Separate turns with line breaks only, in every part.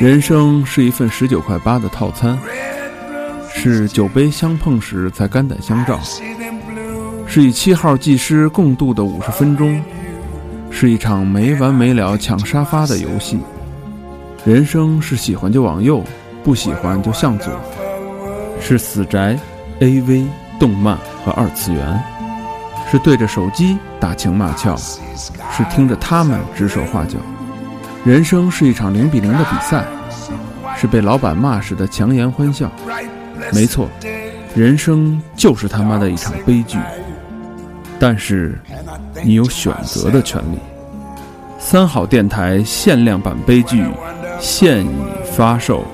人生是一份十九块八的套餐，是酒杯相碰时才肝胆相照，是与七号技师共度的五十分钟，是一场没完没了抢沙发的游戏。人生是喜欢就往右，不喜欢就向左，是死宅、AV、动漫和二次元，是对着手机打情骂俏，是听着他们指手画脚。人生是一场零比零的比赛，是被老板骂时的强颜欢笑。没错，人生就是他妈的一场悲剧。但是，你有选择的权利。三好电台限量版悲剧现已发售。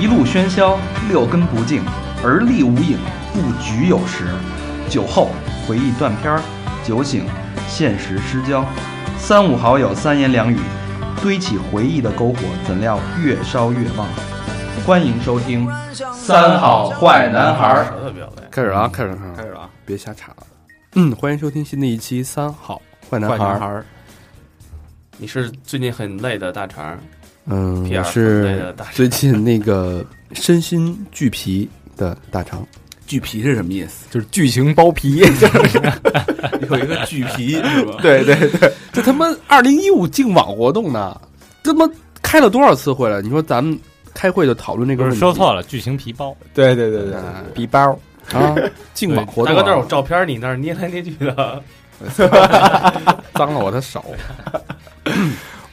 一路喧嚣，六根不净，而立无影，不局有时。酒后回忆断片儿，酒醒现实失焦。三五好友三言两语，堆起回忆的篝火，怎料越烧越旺。欢迎收听《三好坏男孩儿》。
开始啊，开始啊，
开始了啊！
别瞎插了。嗯，欢迎收听新的一期《三好坏男
坏
孩
男
儿
孩》。儿，你是最近很累的大肠儿，
嗯，
PR
我
分类的
是
大肠
最近那个身心俱疲的大肠。
巨皮是什么意思？
就是剧情包皮，就是
有一个巨皮是吧？
对对对，这他妈二零一五净网活动呢，他妈开了多少次会了？你说咱们开会就讨论这个问
不是
题，
说错了，剧情皮包。
对对对对
哎
皮包，
啊？净网活
大
动、
哥，这儿
啊
有、照片儿，你那儿捏来捏去的。
脏了我的手。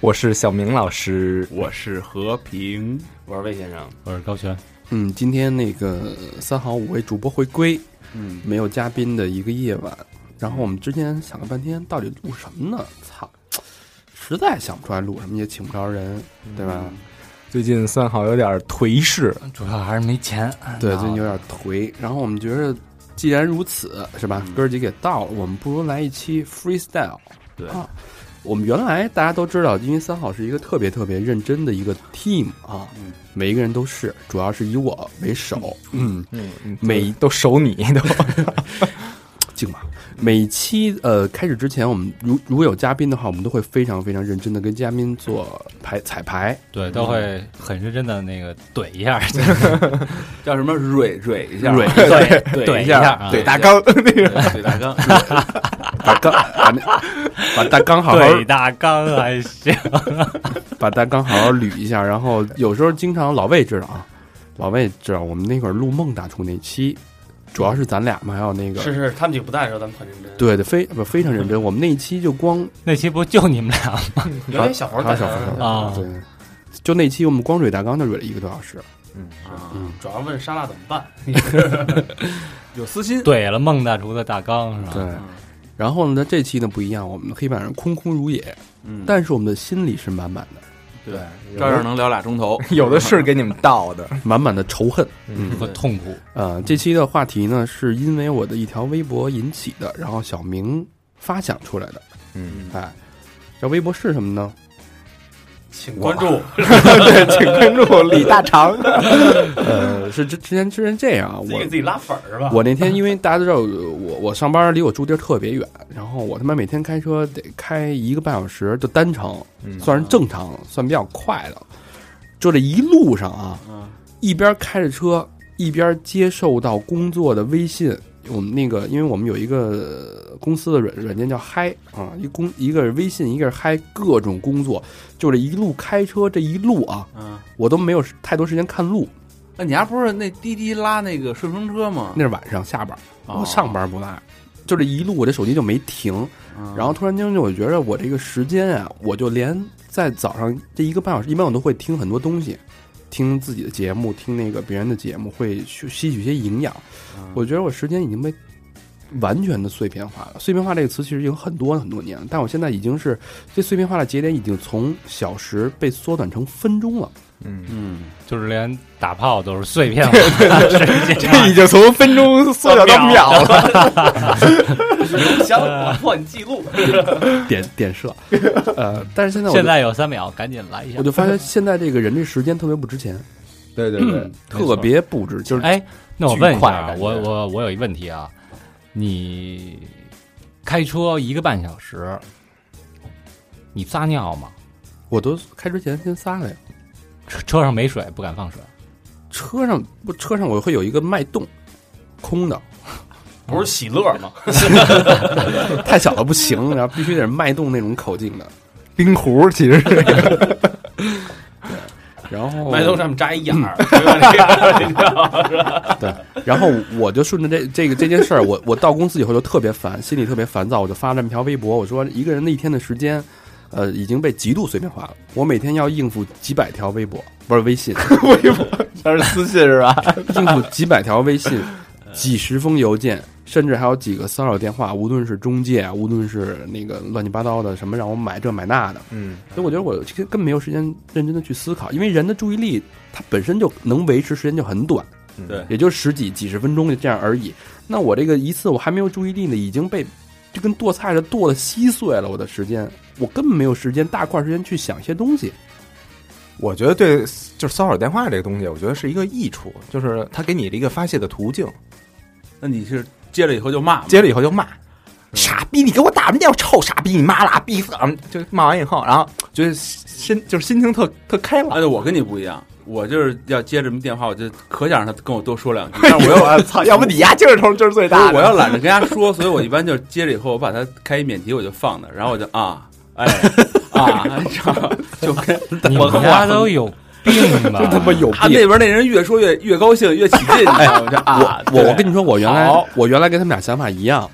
我是小明老师，
我是和平，
我说魏先生，
我是高 璇，
嗯，今天那个三好五位主播回归，嗯，没有嘉宾的一个夜晚。然后我们之前想了半天，到底录什么呢？操，实在想不出来录什么，也请不着人，
嗯
对吧？
最近三好有点颓势，
主要还是没钱。
对，最近有点颓。然后我们觉得，既然如此，是吧？
嗯
哥儿几给到了，我们不如来一期 freestyle。
对
啊，我们原来大家都知道，因为三好是一个特别特别认真的一个 team 啊，每一个人都是，主要是以我为首，嗯，
嗯，
每
都守你都，
静吧。每期呃开始之前，我们如如果有嘉宾的话，我们都会非常非常认真的跟嘉宾做排彩排，
对，都会很认真的那个怼一下，
叫什么蕊蕊一下，
蕊
对
怼
怼
一
一
下
下啊，
对
大纲
对大纲，
把刚把那把大纲好好
怼大纲还行。
把大纲好好捋一下。然后有时候经常老魏知道啊，老魏知道我们那会儿录梦大厨那期，主要是咱俩嘛，还有那个
是是，他们几个不在的时候，咱们很认真。，
对对非不非常认 真。我们那一期就光
那期不就你们俩吗？
有点小猴儿
还
在
有小
那儿
猴
啊
啊
对，就那期我们光蕊大纲就蕊了一个多小时。嗯
主要问沙拉怎么办？
有私心，
怼了孟大厨的大纲
啊
是吧？
对，然后呢，这期呢不一样，我们的黑板上空空如也，
嗯，
但是我们的心里是满满的，
对，照样能聊俩钟头，嗯
有的是给你们倒 的。
满满的仇恨。嗯
和痛苦。
呃，这期的话题呢，是因为我的一条微博引起的，然后小明发想出来的。
嗯，
哎，这微博是什么呢？
请关注。
对，请关注李大肠。
呃，是之之前之前这样啊，
自己给
我
自己拉粉儿是吧？
我那天因为大家都知道呃我我上班离我住地儿特别远，然后我他妈每天开车得开一个半小时，就单程，
嗯
算是正常，算比较快的。就这一路上啊，一边开着车，一边接受到工作的微信。我们那个，因为我们有一个公司的软软件叫嗨啊，一公一个是微信，一个是嗨，各种工作，就这一路开车这一路啊，
嗯，
我都没有太多时间看路。
那你还不是那滴滴拉那个顺风车吗？
那是晚上下班，
哦
我上班不赖，就这一路我这手机就没停，
嗯
然后突然间我觉得我这个时间啊，我就连在早上这一个半小时，一般我都会听很多东西，听自己的节目，听那个别人的节目，会去吸取一些营养。
嗯
我觉得我时间已经被完全的碎片化了。碎片化这个词其实有很多很多年了，但我现在已经是这碎片化的节点已经从小时被缩短成分钟了。
嗯，
嗯，
就是连打炮都是碎片化，这
这已经从分钟缩小到秒了。
想我破你记录，
点点射，呃，但是现在我就
现在有三秒，赶紧来一下
我。就发现现在这个人这时间特别不值钱。
对对对，没
特
错
别不值钱。
哎，那我问一
巨
下
快
啊，
感觉
我我我有一问题啊，你开车一个半小时，你撒尿吗？
我都开之前先撒了呀。
车车上没水，不敢放水。
车上不，车上我会有一个脉动，空 的，
不是喜乐吗？
太小了不行，然后必须得是脉动那种口径的。
冰壶其 实是
然后
麦兜上面扎一眼儿，对吧你
对，然后我就顺着这这个这件事儿，我我到公司以后就特别烦，心里特别烦躁，我就发了这么条微博，我说一个人的一天的时间，呃，已经被极度碎片化了。我每天要应付几百条微博，不是微 信，
全是私信是吧？
应付几百条微信，几十封邮件，甚至还有几个骚扰电话，无论是中介啊，无论是那个乱七八糟的什么让我买这买那的，
嗯，
所以我觉得我根本没有时间认真的去思考，因为人的注意力它本身就能维持时间就很短，
对
也就十几几十分钟就这样而已。那我这个一次我还没有注意力呢，已经被就跟剁菜似的剁的稀碎了我的时间，我根本没有时间大块时间去想一些东西。
我觉得对，就是骚扰电话这个东西，我觉得是一个益处，就是它给你了一个发泄的途径，
那你是接了以后就骂吗？
接了以后就骂。傻逼！你给我打什么电话？臭傻逼！你妈啦逼死！嗯就骂完以后，然后觉得心就是心情特特开朗。
哎，我跟你不一样，我就是要接这么电话，我就可想让他跟我多说 两句，但是我又
我操！要不你丫今儿头就是最
不
大
是
的。
我要懒得跟他说，所以我一般就是接着以后，我把他开一免提，我就放那儿，然后我就 啊，哎啊， 你知道吗就跟
你
我
们家都有病吧？
他妈有
啊那边那人越说越越高兴，越起劲，你知道吗？我就啊，
我我
对
跟你说，我原来
好
我原来跟他们俩想法一样，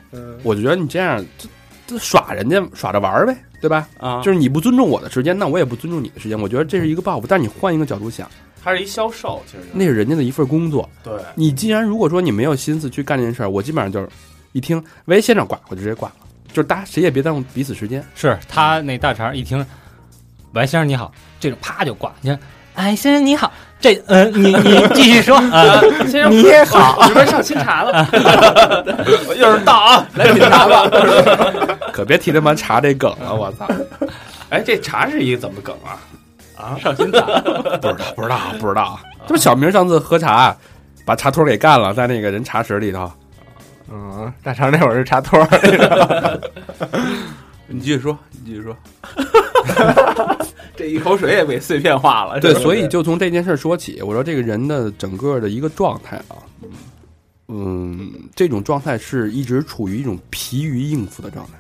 我觉得你这样这这耍人家耍着玩儿呗，对吧？
啊，
就是你不尊重我的时间，那我也不尊重你的时间。我觉得这是一个报复，但是你换一个角度想，
他是一销售，其 实
那是人家的一份工作。
对，
你既然如果说你没有心思去干这件事儿，我基本上就是一听喂先生挂，我就直接挂了，就是大家谁也别耽误彼此时间。
是他那大肠一听，喂先生你好，这种啪就挂。你看，哎先生你好，这呃你你继续说啊，
先生
你也好，
这边上新茶 了，
又是到啊，来品茶吧。
可别提他妈查这梗了，我操！
哎，这茶是一个怎么梗啊？啊，上新茶，
不知道，不知道，不知道。这不小明上次喝茶，把茶托给干了，在那个人茶室里头。
嗯，大肠那会儿是插托儿，
你继续说，你继续说。 这一口水也被碎片化了，
对，
这
所以就从这件事儿说起，我说这个人的整个的一个状态啊，嗯，这种状态是一直处于一种疲于应付的状态，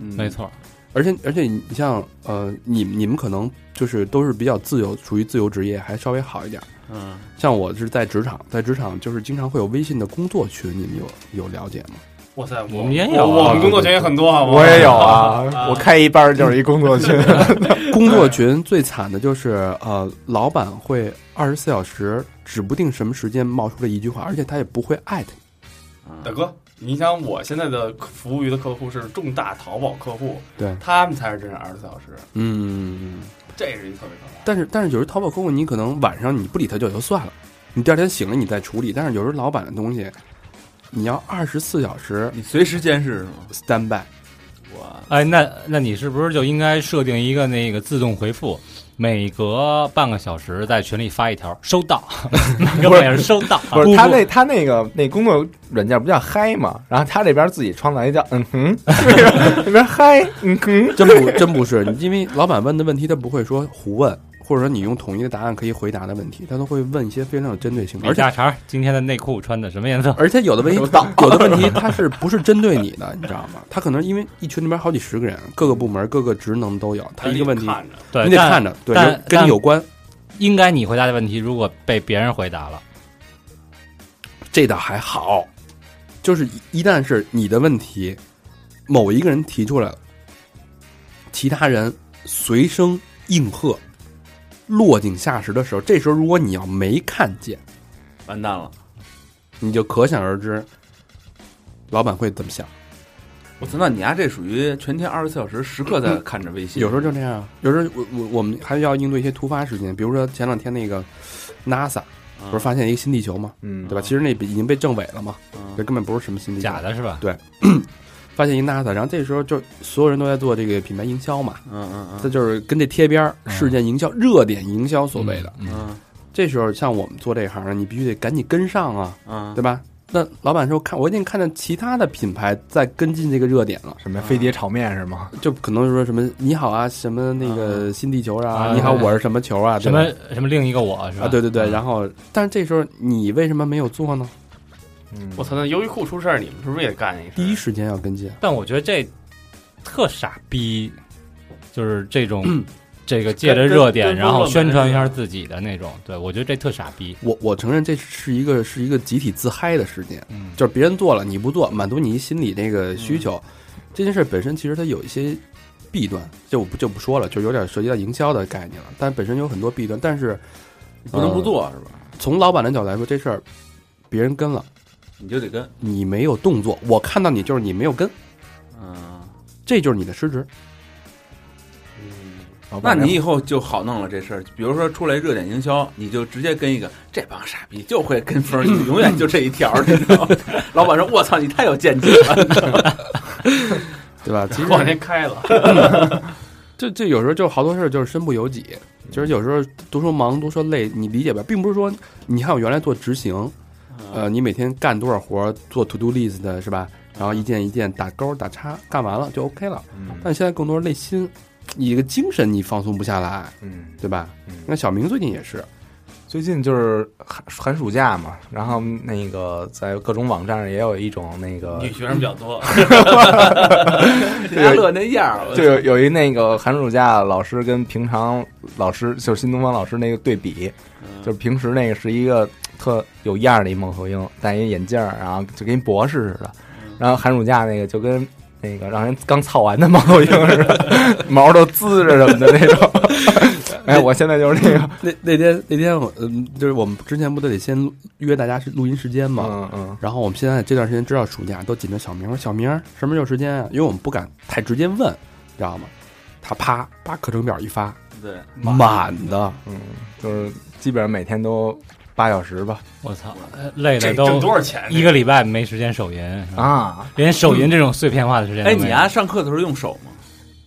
没错，
而且而且你像呃，你你们可能就是都是比较自由，属于自由职业，还稍微好一点。
嗯，
像我是在职场，在职场就是经常会有微信的工作群，你们有有了解吗？
哇塞，
我们也有
我
啊
我们工作群也很多，好吗？
我也有啊，我开一班儿就是一工作群，
工作群最惨的就是呃，老板会二十四小时指不定什么时间冒出了一句话，而且他也不会艾特你。
大哥，你想我现在的服务于的客户是重大淘宝客户，
对
他们才是真正二十四小时，
嗯。
这是一特别可怕的。
但是但是有时候淘宝客户，你可能晚上你不理他就也就算了，你第二天醒了你再处理。但是有时候老板的东西，你要二十四小时
你随时监视是吗？
stand by。
我
哎那那你是不是就应该设定一个那个自动回复？每隔半个小时在群里发一条“收到”， 各位是收到，
不是他那他那个那工作软件不叫嗨嘛，然后他这边自己创造一叫嗯哼， 那边嗨嗯哼，
真不真不是，你因为老板问的问题他不会说胡问，或者说你用统一的答案可以回答的问题，他都会问一些非常有针对性的，
李
而且
大肠今天的内裤穿的什么颜色？
而且有的问题有的问题他是不是针对你的，你知道吗？他可能因为一群里边好几十个人，各个部门各个职能都有，他一个问题
看着
对，
你得
但
看着，对，
但
有跟你
但
有关，
应该你回答的问题，如果被别人回答了，
这倒还好，就是一一旦是你的问题，某一个人提出来了，其他人随声应和，落井下石的时候，这时候如果你要没看见，
完蛋了，
你就可想而知，老板会怎么想。
我操！那你丫、这属于全天二十四小时时刻在看着微信，
有时候就这样啊，有时候我我我们还要应对一些突发事件，比如说前两天那个 NASA
啊
不是发现一个新地球嘛，
嗯
对吧？其实那已经被证伪了嘛，
嗯
这根本不是什么新地球，
假的是吧？
发现一 NASA，然后这时候就所有人都在做这个品牌营销嘛，
嗯嗯
啊
这就是跟这贴边儿，事件营销、热点营销所谓的，
嗯，
嗯
这时候像我们做这行的，你必须得赶紧跟上啊，
嗯
啊，
对吧？那老板说看，我已经看到其他的品牌在跟进这个热点了，
什么飞碟炒面是吗？
就可能说什么你好啊，什么那个新地球啊，
啊
你好我是什么球啊，
什
对吧
么什么另一个我是吧？嗯
啊，对对对，
后
然后但是这时候你为什么没有做呢？
嗯，
我操，那优衣库出事儿，你们是不是也干一事？
第一时间要跟进，
但我觉得这特傻逼，就是这 种这个借着热点，
跟跟
然后宣传一下自己的那种。对我觉得这特傻逼。
我我承认这是一个是一个集体自嗨的事件，
嗯，
就是别人做了你不做，满足你一心理那个需求，这件事本身其实它有一些弊端，就我不就不说了，就有点涉及到营销的概念了，但本身有很多弊端，但是
不能不
嗯
做是吧？
从老板的角度来说，这事儿别人跟了，
你就得跟，
你没有动作，我看到你就是你没有跟，
嗯，
这就是你的失职。
老
那
板
你以后就好弄了这事儿。比如说出来热点营销，你就直接跟一个这帮傻逼就会跟 风，你永远就这一条，你知道吗？老板说：“我操，你太有见解了。
对吧？ 其实
往前开了，
这这有时候就好多事儿就是身不由己，其实有时候多说忙多说累，你理解不了，并不是说你看我原来做执行，呃，你每天干多少活儿，做 to do list 的是吧？然后一件一件打勾打叉，干完了就 OK 了。
嗯
但现在更多是累心，你这个精神你放松不下来，
嗯，
对吧
嗯？
那小明最近也是，
最近就是寒寒暑假嘛，然后那个在各种网站上也有一种那个
女学生比较 多，
李家乐那样儿，
就有有一那个寒暑假老师跟平常老师，就是新东方老师那个对比，
嗯
就是平时那个是一个特有样儿的一孟和英，戴一眼镜儿，然后就跟一博士似的，
嗯
然后寒暑假那个就跟那个让人刚操完的孟和英似的， 毛都滋着什么的那种。哎，我现在就是那个，
那那天那天我嗯，就是我们之前不都得先录约大家是录音时间吗？
嗯嗯，
然后我们现在这段时间知道暑假都紧着小明，小明什么时候有时间啊？因为我们不敢太直接问，知道吗？他啪把课程表一发，
对，
满的，
就是基本上每天都八小时吧。
我操，呃累的
这挣多
都
少钱？
一个礼拜没时间手淫， 是吧
啊，
连手淫这种碎片化的时间都
哎，
没有。
你丫、上课的时候用手吗？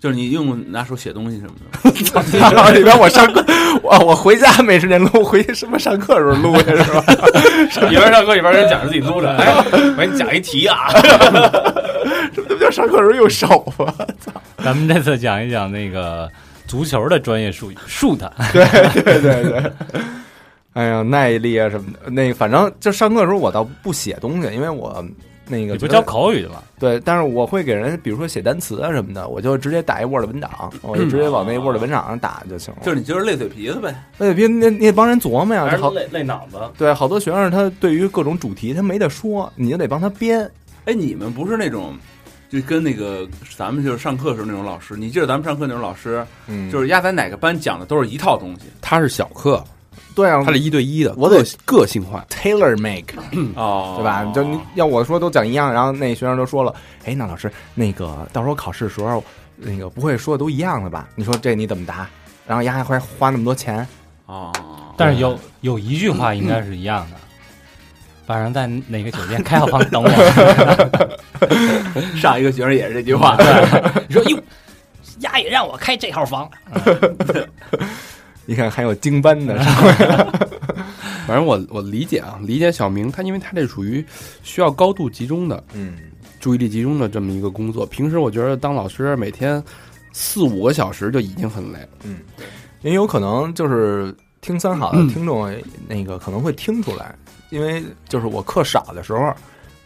就是你用拿手写东西什么的吗，
里边我上课，我我回家没时间录，回去什么上课时候录去是吧？
一边上课一边跟人讲着自己 撸着，哎，我给你讲一题啊，
这不叫上课时候用手吗？
咱们这次讲一讲那个足球的专业术语，shoot。
对对对。哎呀，耐力啊什么的，那个反正就上课的时候我倒不写东西，因为我那
你
个
不
觉得
教口语的吗？
对，但是我会给人，比如说写单词啊什么的，我就直接打一 Word 文档，我就直接往那 Word 文档上打就行了。
就是你就是累嘴皮子呗。
而且别那那帮人琢磨呀，
还是
这好
累累脑子。
对好多学生他对于各种主题他没得说，你就得帮他编。
哎，你们不是那种，就跟那个咱们就是上课的时候那种老师，你记得咱们上课那种老师，
嗯
就是压在哪个班讲的都是一套东西
他是小课，
对啊，
他是一对一的，
我得
个个性化。
tailor make。
哦
嗯对吧？就你要我说都讲一样，然后那学生都说了，哎，那老师，那个到时候考试的时候，那个不会说的都一样的吧？你说这你怎么答？然后丫还花花那么多钱，
哦，
但是有有一句话应该是一样的，
嗯
晚上在哪个酒店开好房 等我。
上一个学生也是这句话，
你说哟，丫也让我开这号房，
你看还有精班的，
反正我我理解啊，理解小明他，因为他这属于需要高度集中的
嗯，
注意力集中的这么一个工作。平时我觉得当老师每天四五个小时就已经很累了。
也有可能就是听三好的
嗯
听众，那个可能会听出来，因为就是我课少的时候，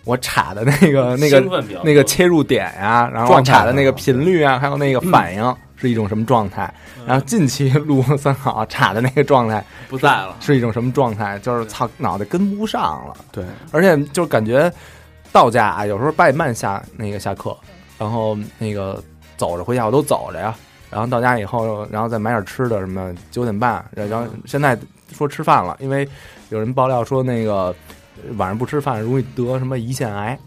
我插的那个呃那
兴
个
奋比较多
那个切入点呀、然后我
状态
插的那个频率啊，还有那个反应是一种什么状态？然后近期录三好插的那个状态。
不在了。
是一种什么状态？就是操，脑袋跟不上了，
对，
而且就是感觉到家啊，有时候八点半下那个下课，然后那个走着回家，我都走着呀。然后到家以后，然后再买点吃的什么，九点半，然后现在说吃饭了，因为有人爆料说那个呃晚上不吃饭容易得什么胰腺癌。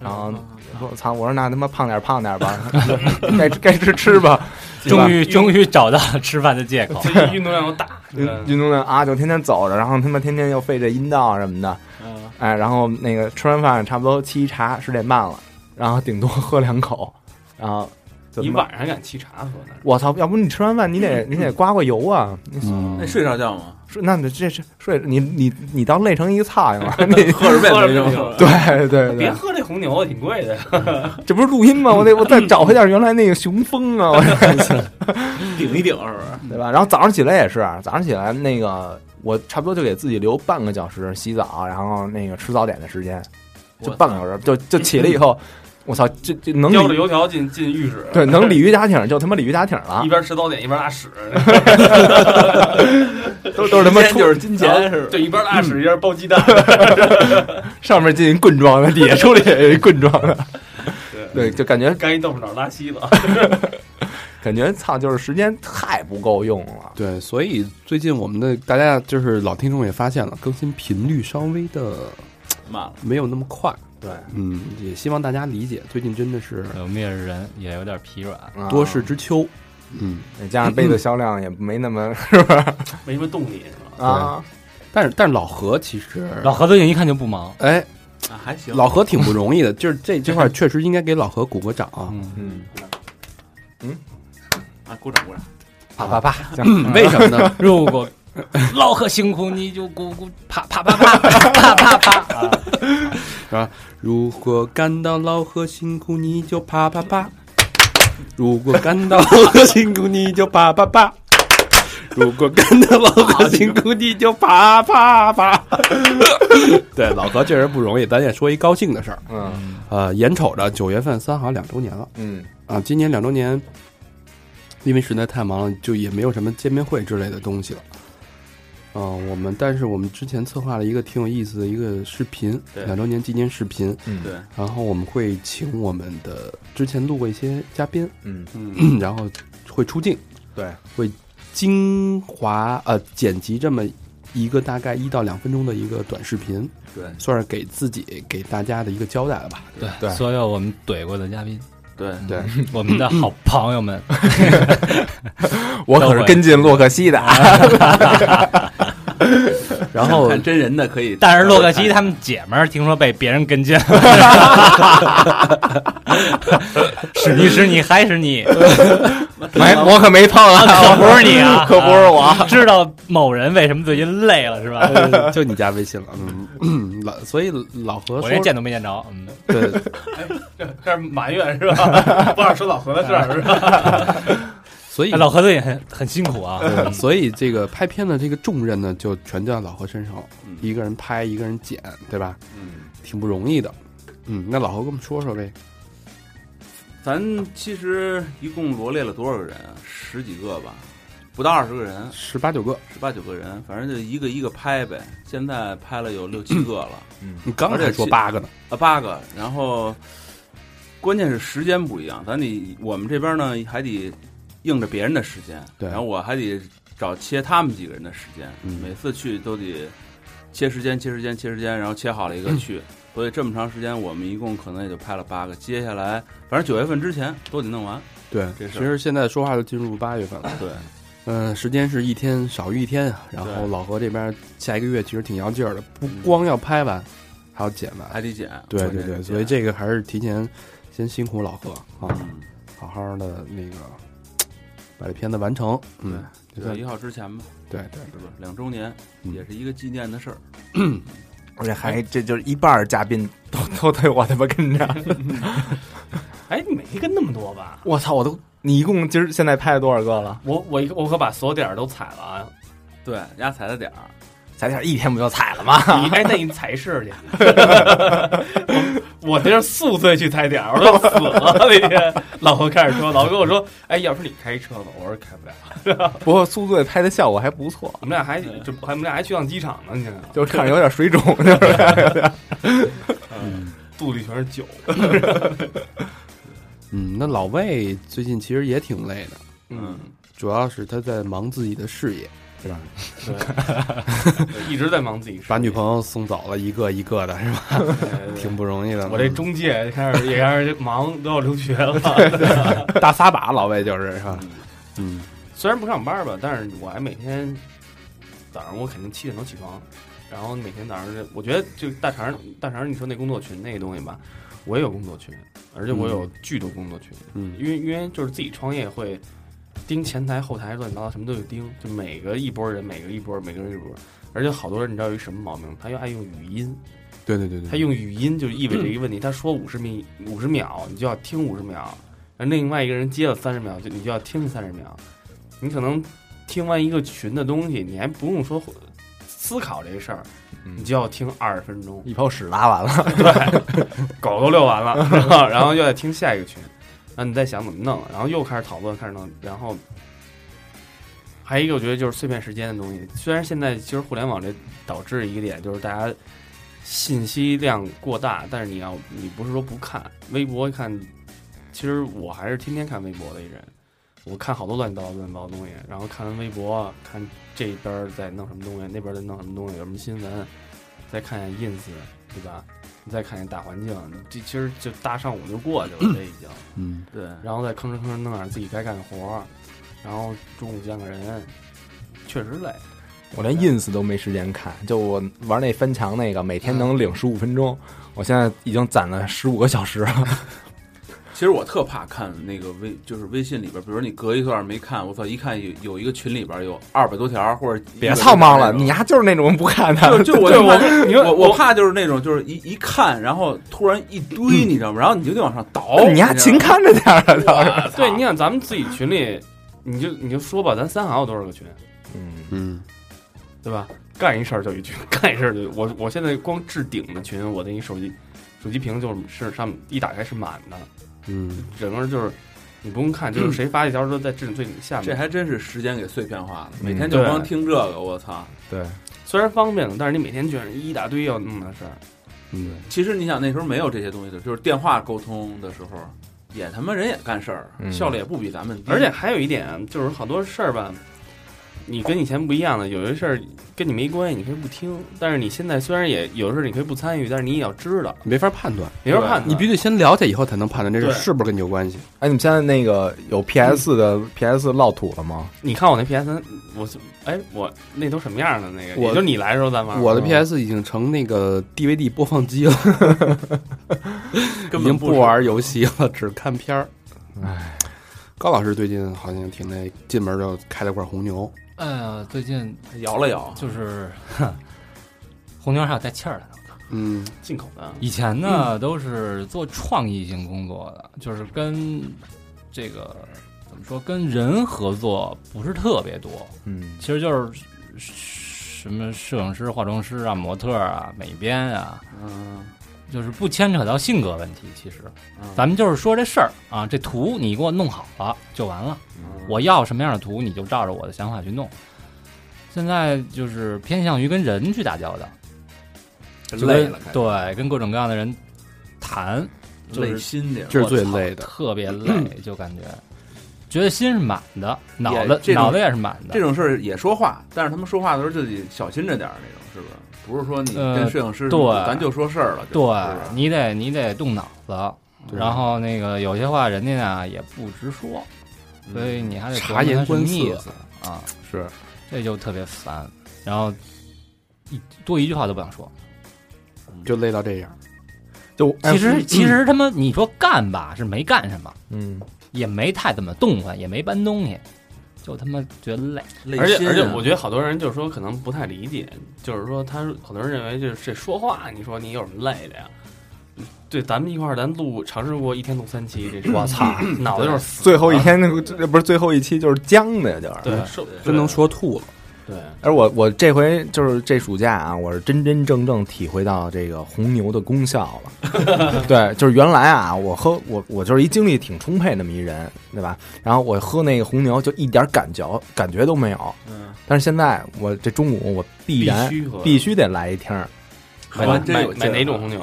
嗯
然后说操，我说那他妈胖点儿胖点儿吧， 该吃该吃吃吧。
终于终于找到了吃饭的借口。
嗯最近运动量又大，
运
嗯
运动量啊，就天天走着，然后他妈天天又费这阴道什么的，
嗯，
哎，然后那个吃完饭差不多沏一茶，十点半了，然后顶多喝两口，然后怎
你
么办？
晚上敢沏茶喝呢？
我操，要不你吃完饭你得你得刮刮油啊，你
那
嗯，
睡着觉吗？
睡那你这这睡你你你当累成一个苍蝇了，你
喝着
喝
呗，
着
没
就
用。
行了
对对
别
对，
喝这红牛，挺贵的。
这不是录音吗？我得我再找回点原来那个雄风啊，我
顶一顶是不是？
对吧？然后早上起来也是，早上起来那个我差不多就给自己留半个小时洗澡，然后那个吃早点的时间，就半个小时，就就起来以后，我操，这这
嗯
能
叼着
鲤
油条进进浴室，
对能鲤鱼打挺就他妈鲤鱼打挺
啊
了
一，边吃早点一边拉屎，
都都是他妈
时间
出啊
就是金钱是吧？
啊对，一边拉屎一边包鸡蛋。
上面进棍状的，底下出来也有一棍状的，对，就感觉
干一豆腐脑拉稀了，
感觉操，就是时间太不够用了。
对，所以最近我们的大家就是老听众也发现了，更新频率稍微的
慢了，
没有那么快。
对，
嗯，也希望大家理解，最近真的是
对我们也是人，也有点疲软。
啊
多事之秋。嗯，
再加上杯子销量也没那么
没什么动力是吧？
啊，
但是但是老何其实，
老何最近一看就不忙，
哎，
啊还行。
老何挺不容易的，就是这这块儿确实应该给老何鼓个掌啊。
嗯，
嗯，
啊，鼓掌鼓掌。
啪啪啪，这样
为什么呢？
如果老何辛苦，你就咕咕啪啪啪啪啪啪啪。啊
如果感到老何辛苦，你就啪啪啪；如果感到老何辛苦，你就啪啪啪；如果感到老何辛苦，你就啪啪啪。对，老何确实不容易，咱也说一高兴的事儿。
嗯
呃，眼瞅着九月份三好两周年了
嗯
啊，今年两周年，因为实在太忙了，就也没有什么见面会之类的东西了。嗯、我们但是我们之前策划了一个挺有意思的一个视频，
对
两周年纪念视频，
嗯
对
然后我们会请我们的之前录过一些嘉宾，
嗯，
嗯，
然后会出镜，
对，
会精华呃剪辑这么一个大概一到两分钟的一个短视频，
对
算是给自己给大家的一个交代了吧。
对
对
所有我们怼过的嘉宾，嗯
对，
对，
我们的好朋友们，
我可是跟进洛克希的，啊
然后
看真人的可以，
但是洛克希他们姐们儿听说被别人跟进了， 是你是你还是你，
没我可没碰啊，
可不是你啊，
可不是我，哎
知道某人为什么最近累了 是吧？
呃 就你加微信了，嗯，老所以老何
我连
说
见都没见着，嗯，
对
这是埋怨是吧？不让说老何的事儿是吧？
所以
哎老何最近很很辛苦啊，
对，所以这个拍片的这个重任呢，就全掉在老何身上了，
嗯
一个人拍，一个人剪，对吧？
嗯，
挺不容易的。嗯，那老何跟我们说说呗。
咱其实一共罗列了多少个人啊？十几个吧，不到二十个人，
十八九个，
十八九个人，反正就一个一个拍呗。现在拍了有六七个了，
嗯
你刚才说八个呢，
啊，八个，然后关键是时间不一样，咱得我们这边呢还得应着别人的时间，
对
然后我还得找切他们几个人的时间，
嗯
每次去都得切时间、切时间、切时间，然后切好了一个去，所以这么长时间我们一共可能也就拍了八个，接下来反正九月份之前都得弄完，
对，
这
其
是
实现在说话就进入八月份了。
对，
嗯、时间是一天少于一天啊。然后
对嗯
老何这边下一个月其实挺要劲儿的，不光要拍完，还要剪完。
还得剪，
对
关
对
键
对，
是
所以
剪
这个还是提前先辛苦老何啊，
嗯
好好的那个把这片子完成。嗯，
九
就算
月一号之前吧，
对对，
是吧？两周年
嗯
也是一个纪念的事儿，
而且还这就是一半儿嘉宾都都对我他妈跟着，
哎，你没跟那么多吧？
我操，我都你一共今儿现在拍了多少个了？
我我一我可把所有点儿都踩了啊！
对，压踩了点儿，
咱俩一天不就踩了吗？
你哎，那你踩试 去。我我这是宿醉去踩点儿，我都死了那天。老何开着车，老何跟我说：“哎，要不你开一车吧？”我说：“开不了。
不过宿醉拍的效果还不错”，
我们俩还
嗯
这还我们俩还去趟机场呢，你想想，
就是看着有点水 肿，就是
肚里全是酒。
嗯，那老魏最近其实也挺累的，
嗯，
主要是他在忙自己的事业，
一直在忙自己事。
把女朋友送走了一个一个的，是吧？
友
哎
挺不容易的。嗯
我这中介开始也开始忙，都要留学 了。
大撒把，老魏就是是吧？嗯，
虽然不上班吧，但是我还每天早上我肯定七点多起床，然后每天早上这我觉得就大肠大肠你说那工作群那个东西吧，
我也有工作群，而且我有巨多工作群，
嗯，
因为因为就是自己创业会盯前台后台乱七八糟什么都得盯，就每个一波人每个一波每个人一波，而且好多人你知道有一什么毛病，他又爱用语音，
对对对对，
他用语音就意味着一个问题，他说五十米五十秒，你就要听五十秒，而另外一个人接了三十秒，就你就要听三十秒。你可能听完一个群的东西，你还不用说思考这个事儿，
嗯
你就要听二十分钟，
一泡屎拉完了，
狗都遛完了， 然后然后又得听下一个群，然后你再想怎么弄，然后又开始讨论，开始弄，然后还有一个我觉得就是碎片时间的东西。虽然现在其实互联网这导致一个点就是大家信息量过大，但是你要你不是说不看微博看，其实我还是天天看微博的一人。我看好多乱七八糟乱七八糟东西，然后看完微博，看这边儿在弄什么东西，那边儿在弄什么东西，有什么新闻，再看一下 ins，对吧？你再看一下大环境，这其实就大上午就过 去了，这已经。
嗯
对，
然后再吭哧吭哧弄点自己该干的活儿，然后中午见个人，确实累。
我连 ins 都没时间看，就我玩那翻墙那个，每天能领十五分钟，我现在已经攒了十五个小时了。
其实我特怕看那个微，就是微信里边，比如你隔一段没看，我操，一看有有一个群里边有二百多条或者
别
操
操猫了，你丫就是那种不看的
就，就我
对我
我我怕就是那种就是一一看，然后突然一堆，你知道吗？然后你就得往上倒，
你丫
知道
勤
吗
看着点儿啊倒是。
对，你想咱们自己群里，你就你就说吧，咱三行有多少个群，
嗯，
嗯，
对吧？干一事儿就一群，干一事儿就我我现在光置顶的群，我的一手机手机屏就是上面一打开是满的，
嗯，
整个就是你不用 看，就是谁发一条说在置顶最下面，
这还真是时间给碎片化了，
嗯
每天就光听这个，我操！
对，
虽然方便了，但是你每天卷着一大堆要弄的事儿。
嗯
其实你想那时候没有这些东西的，就是电话沟通的时候，也他妈人也干事儿，
嗯
效率也不比咱们低。
而且还有一点啊就是好多事儿吧，你跟以前不一样了，有些事儿跟你没关系，你可以不听。但是你现在虽然也有事儿你可以不参与，但是你也要知道，
没法判断，
没法判断。
你必须得先了解以后才能判断这事
对
是不是跟你有关系。
哎，你们现在那个有 PS 的 PS 落土了吗？
你看我那 PS 三，我是哎我那都什么样的那个？
我
也就你来的时候咱玩。
我的 PS 已经成那个 DVD 播放机了，
根
已
本
经
不
不玩游戏了，只看片儿。高老师最近好像挺那，进门就开了罐红牛，
呃，最近
摇了摇，
就是哼红牛还有带气儿的呢。嗯
嗯，
进口的，
以前呢都是做创意性工作的，就是跟这个怎么说，跟人合作不是特别多，
嗯，
其实就是什么摄影师、化妆师啊、模特啊、美编啊，
嗯，
就是不牵扯到性格问题。其实，咱们就是说这事儿啊，这图你给我弄好了就完了。
嗯
我要什么样的图，你就照着我的想法去弄。现在就是偏向于跟人去打交道，就跟
累了，开始
对，跟各种各样的人谈，就是
累心点儿。
这是最累的。
特别累，就感觉觉得心是满的，脑
也这种
子脑子也是满的
这。种事儿也说话，但是他们说话的时候就得小心着点儿，那种是不是？不是说你
呃
跟摄影师，
对
咱就说事儿了，
对
是吧
你得你得动脑子，然后那个有些话人家呢也不直说，所以你还得
察言观色
琢磨它什么意思啊，
是
这就特别烦。然后一多一句话都不想说。
就累到这样，
就哎
其实其实他妈你说干吧是没干什么，
嗯，
也没太怎么动换，也没搬东西，就他妈觉得累。
累
而且
心啊
而且我觉得好多人就是说可能不太理解，就是说他好多人认为就是这说话，你说你有什么累的呀？对，咱们一块儿咱录尝试过一天录三期，这我操，脑子就是死
最后一天那个这不是最后一期就是僵的，就是
嗯对，受
真能说吐了。
对。
而我我这回就是这暑假啊，我是真真正正体会到这个红牛的功效了。对，就是原来啊，我喝我我就是一精力挺充沛那么一人，对吧？然后我喝那个红牛就一点感觉感觉都没有。
嗯，
但是现在我这中午我必然
须喝，
必须得来一听儿。
喝完真
买
有劲
买
儿
哪种红牛？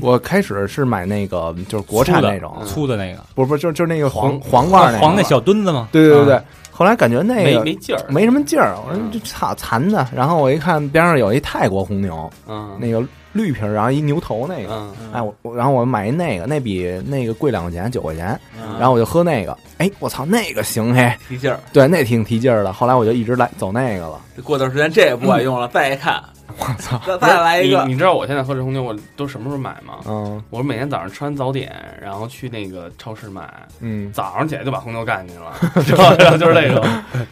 我开始是买那个就是国产那种，嗯
粗的那个
不是不是就是就是那个黄
黄
黄罐那
黄
的
那，小墩子吗？
对对对对
啊。
后来感觉那
没
个
没劲儿，
没什么劲儿，我
嗯
说这操残的。然后我一看边上有一泰国红牛，
嗯，
那个绿瓶儿，然后一牛头那个，
嗯，
哎我我然后我买一那个，那比那个贵两块钱，九块钱，
然
然后我就喝那个，哎我操那个行嘿，
提劲儿。
对那挺提劲儿的。后来我就一直来走那个了，
过段时间这也不管用了，再一看，再再来一
你
个，
你知道我现在喝这红牛我都什么时候买吗？
嗯
我每天早上吃完早点，然后去那个超市买，
嗯，
早上起来就把红牛干进去了，知道吧就是那种，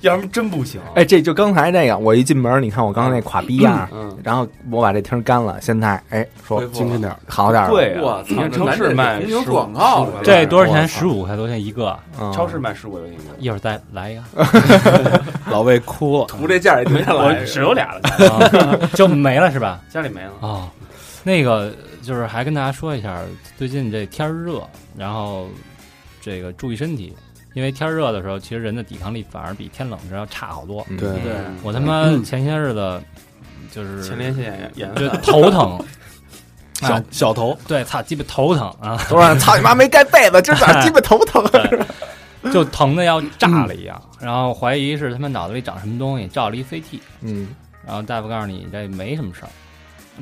要不然真不行。
哎，这就刚才这个，我一进门，你看我刚才那垮逼样儿，
嗯，
然后我把这听儿干了，现在哎说
恢复
精神点儿。
好点儿了，
对啊，
我操，
你看超市
这
卖
红牛
15
广告了，
这多少钱？
我
十五块多钱一个，
嗯
超市卖十五块钱一个，
一会儿再来一个。
老魏哭了，
图这价也定下来
我，只有俩了，
啊，就没了是吧？
家里没了。
哦，那个就是还跟大家说一下，最近这天儿热，然后这个注意身体，因为天儿热的时候，其实人的抵抗力反而比天冷时要差好多。
嗯
对
对，
我他妈前些日子就是
嗯前列腺炎炎
就头疼，
小
啊
小头，
对，操鸡巴头疼 啊，
都让操你妈没盖被子，今儿早上鸡巴头疼。
就疼的要炸了一样，然后怀疑是他妈脑子里长什么东西，照了一 CT，
嗯，
然后大夫告诉你这没什么事儿，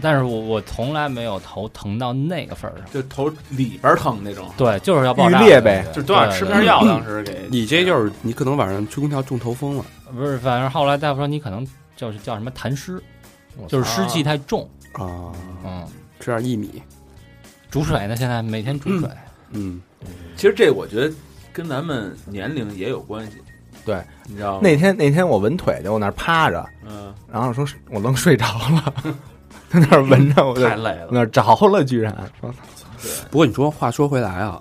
但是我我从来没有头疼到那个份儿上。
就头里边疼那种，
对，就是要爆炸
欲裂呗，
就是多少吃片药，当时给
你这就是你可能晚上吹空调中头风了
不是，反正后来大夫说你可能就是叫什么痰湿，就是湿气太重。
啊，
嗯，
吃点薏米，
煮水呢，现在每天煮水。
嗯，
其实这我觉得跟咱们年龄也有关系，
对，
你知道吗？
那天那天我闻腿去，我那儿趴着，
嗯，
然后说是我愣睡着了， 在那儿闻着我就
太累了。
那儿着了，居然。我操
不过你说话说回来啊，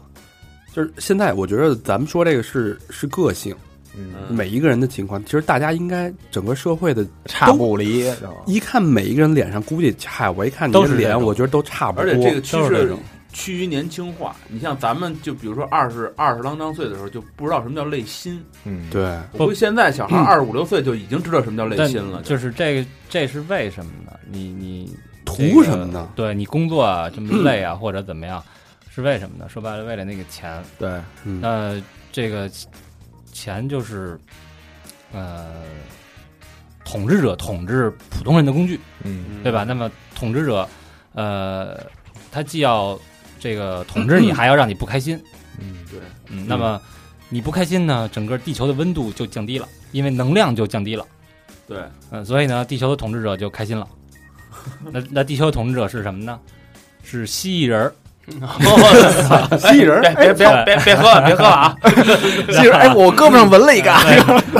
就是现在我觉得咱们说这个是是个性，
嗯，
每一个人的情况，其实大家应该整个社会的，
差不离。
一看每一个人脸上，估计嗨，我一看你
都
的
是这
脸，
种
我觉得都差不多。
而且这个趋
都是这
势
种
趋于年轻化。你像咱们，就比如说二十二十郎当岁的时候，就不知道什么叫累心。
嗯，
对，
我估计现在小孩二十五六岁就已经知道什么叫累
但
心了。
就是这个，这是为什么呢？你你这
图
个
什么呢？
对你工作啊这么累啊，或者怎么样，是为什么呢？说白了，为了那个钱。
对，
嗯，
那这个钱就是，呃，统治者统治普通人的工具。
嗯
对吧？那么统治者，呃，他既要这个统治你， 还要让你不开心。
嗯，对，
嗯，那么你不开心呢，整个地球的温度就降低了，因为能量就降低了。
对，
嗯、所以呢，地球的统治者就开心 了。那那地球的统治者是什么呢？是蜥蜴人 儿。
哦
蜥蜴人儿，
别别 别别别喝了，别喝了 啊！
蜥蜴人儿，哎，我胳膊上纹了一个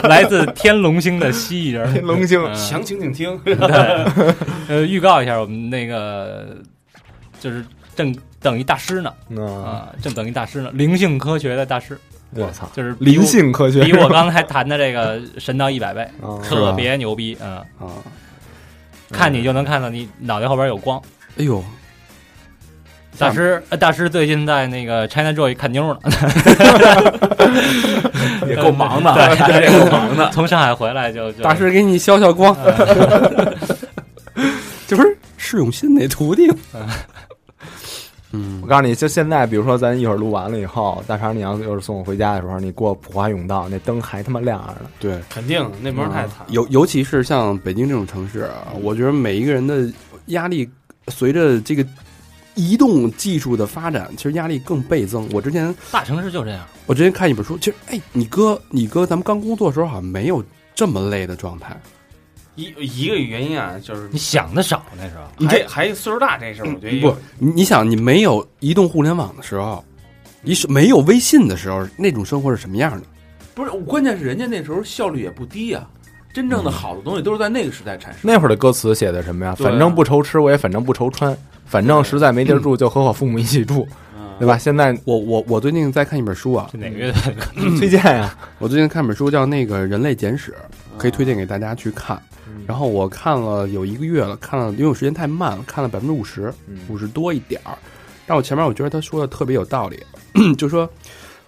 来自天龙星的蜥蜴人儿。
龙星。
嗯
详情请听。
对， 呃，预告一下，我们那个就是正等一大师呢，
嗯，
啊、正等一大师呢，灵性科学的大师，
我操，
就是比
灵
我
性科学
比我刚才谈的这个神到一百倍，
啊
特别牛逼啊！
啊，
看你就能看到你脑袋后边有光。
哎呦，
大师，呃大师最近在那个 China Joy 看妞呢，
也够忙的，
对对
也够忙的。
从上海回来就就
大师给你消消光，
呃
嗯
这不是释永信那徒弟吗
嗯？
我
嗯，
告诉你，就现在，比如说咱一会儿录完了以后，大肠你要就是送我回家的时候，你过普华永道，那灯还他妈亮着呢。
对，啊
肯定那帮人太惨了，嗯
尤尤其是像北京这种城市啊，我觉得每一个人的压力随着这个移动技术的发展，其实压力更倍增。我之前
大城市就这样，
我之前看一本书，其实哎，你哥你哥，咱们刚工作的时候好像没有这么累的状态。
一一个原因啊，就是
你想的少那时候。
你这
还还有岁数大这事儿，我觉得
不，你你想，你没有移动互联网的时候，你是没有微信的时候，那种生活是什么样的？
不是，关键是人家那时候效率也不低啊。真正的好的东西都是在那个时代产生。
那会儿的歌词写的什么呀？
对啊
反正不愁吃，我也反正不愁穿，反正实在没地儿住，就和我父母一起住，对
嗯，
吧？现在
我 我我最近在看一本书啊，
是哪个乐队？
推荐啊呀，
我最近看本书叫那个《人类简史》，可以推荐给大家去看。
嗯
然后我看了有一个月了，看了因为我时间太慢了，看了百分之五十，
嗯
五十多一点儿。但我前面我觉得他说的特别有道理， 就说，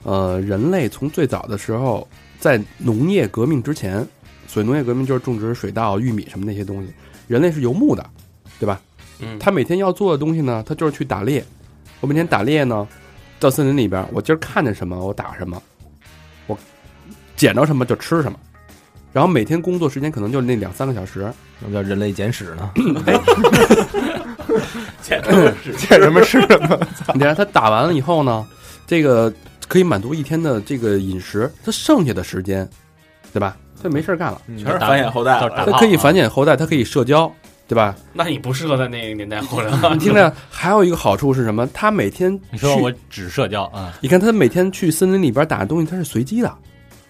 呃，人类从最早的时候，在农业革命之前，所以农业革命就是种植水稻、玉米什么那些东西，人类是游牧的，对吧？
嗯
他每天要做的东西呢，他就是去打猎。我每天打猎呢，到森林里边，我今儿看见什么我打什么，我捡着什么就吃什么。然后每天工作时间可能就那两三个小 时，
什么叫人类简史呢？
简直是
见什么吃什么。
你看他打完了以后呢，这个可以满足一天的这个饮食，他剩下的时间，对吧？他没事儿干了，
嗯
全是繁衍后代
就是
了。
打
他可以繁衍后代，他可以社交，对吧？
那你不适合在那个年代混了。
你听 着，还有一个好处是什么？他每天
你说
去
我只社交啊，
你看他每天去森林里边打的东西，它是随机的，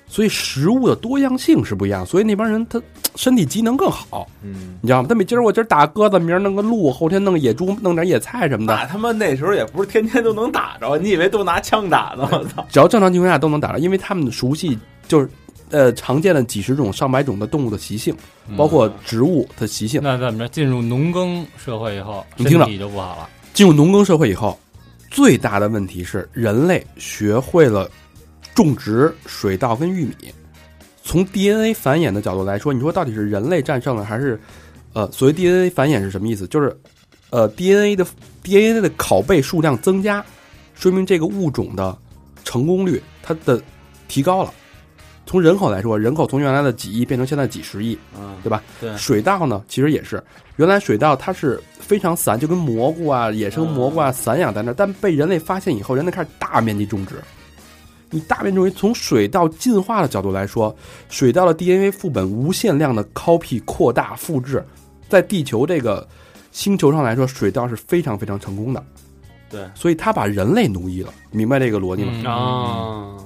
所以食物的多样性是不一样，所以那帮人他身体机能更好，
嗯，
你知道吗？他每今儿我今儿打鸽子，明儿弄个鹿，后天弄个野猪，弄点野菜什么
那
啊
的，
他妈那时候也不是天天都能打着，你以为都拿枪打呢？我操！
只要正常情况下都能打到，因为他们熟悉就是呃常见的几十种、上百种的动物的习性，包括植物的习性。
那怎么着？进入农耕社会以后，
你
身
听着
体就不好了。
进入农耕社会以后，最大的问题是人类学会了种植水稻跟玉米。从 DNA 繁衍的角度来说，你说到底是人类战胜了，还是呃，所谓 DNA 繁衍是什么意思？就是呃 DNA 的 DNA 的拷贝数量增加，说明这个物种的成功率它的提高了。从人口来说，人口从原来的几亿变成现在几十亿，
嗯
对吧？
对
水稻呢，其实也是，原来水稻它是非常散，就跟蘑菇啊、野生蘑
嗯
菇啊散养在那儿，但被人类发现以后，人类开始大面积种植。你大面积种植，从水稻进化的角度来说，水稻的 DNA 副本无限量的 copy 扩大复制，在地球这个星球上来说，水稻是非常非常成功的。
对，
所以它把人类奴役了，明白这个逻辑吗？
嗯
啊，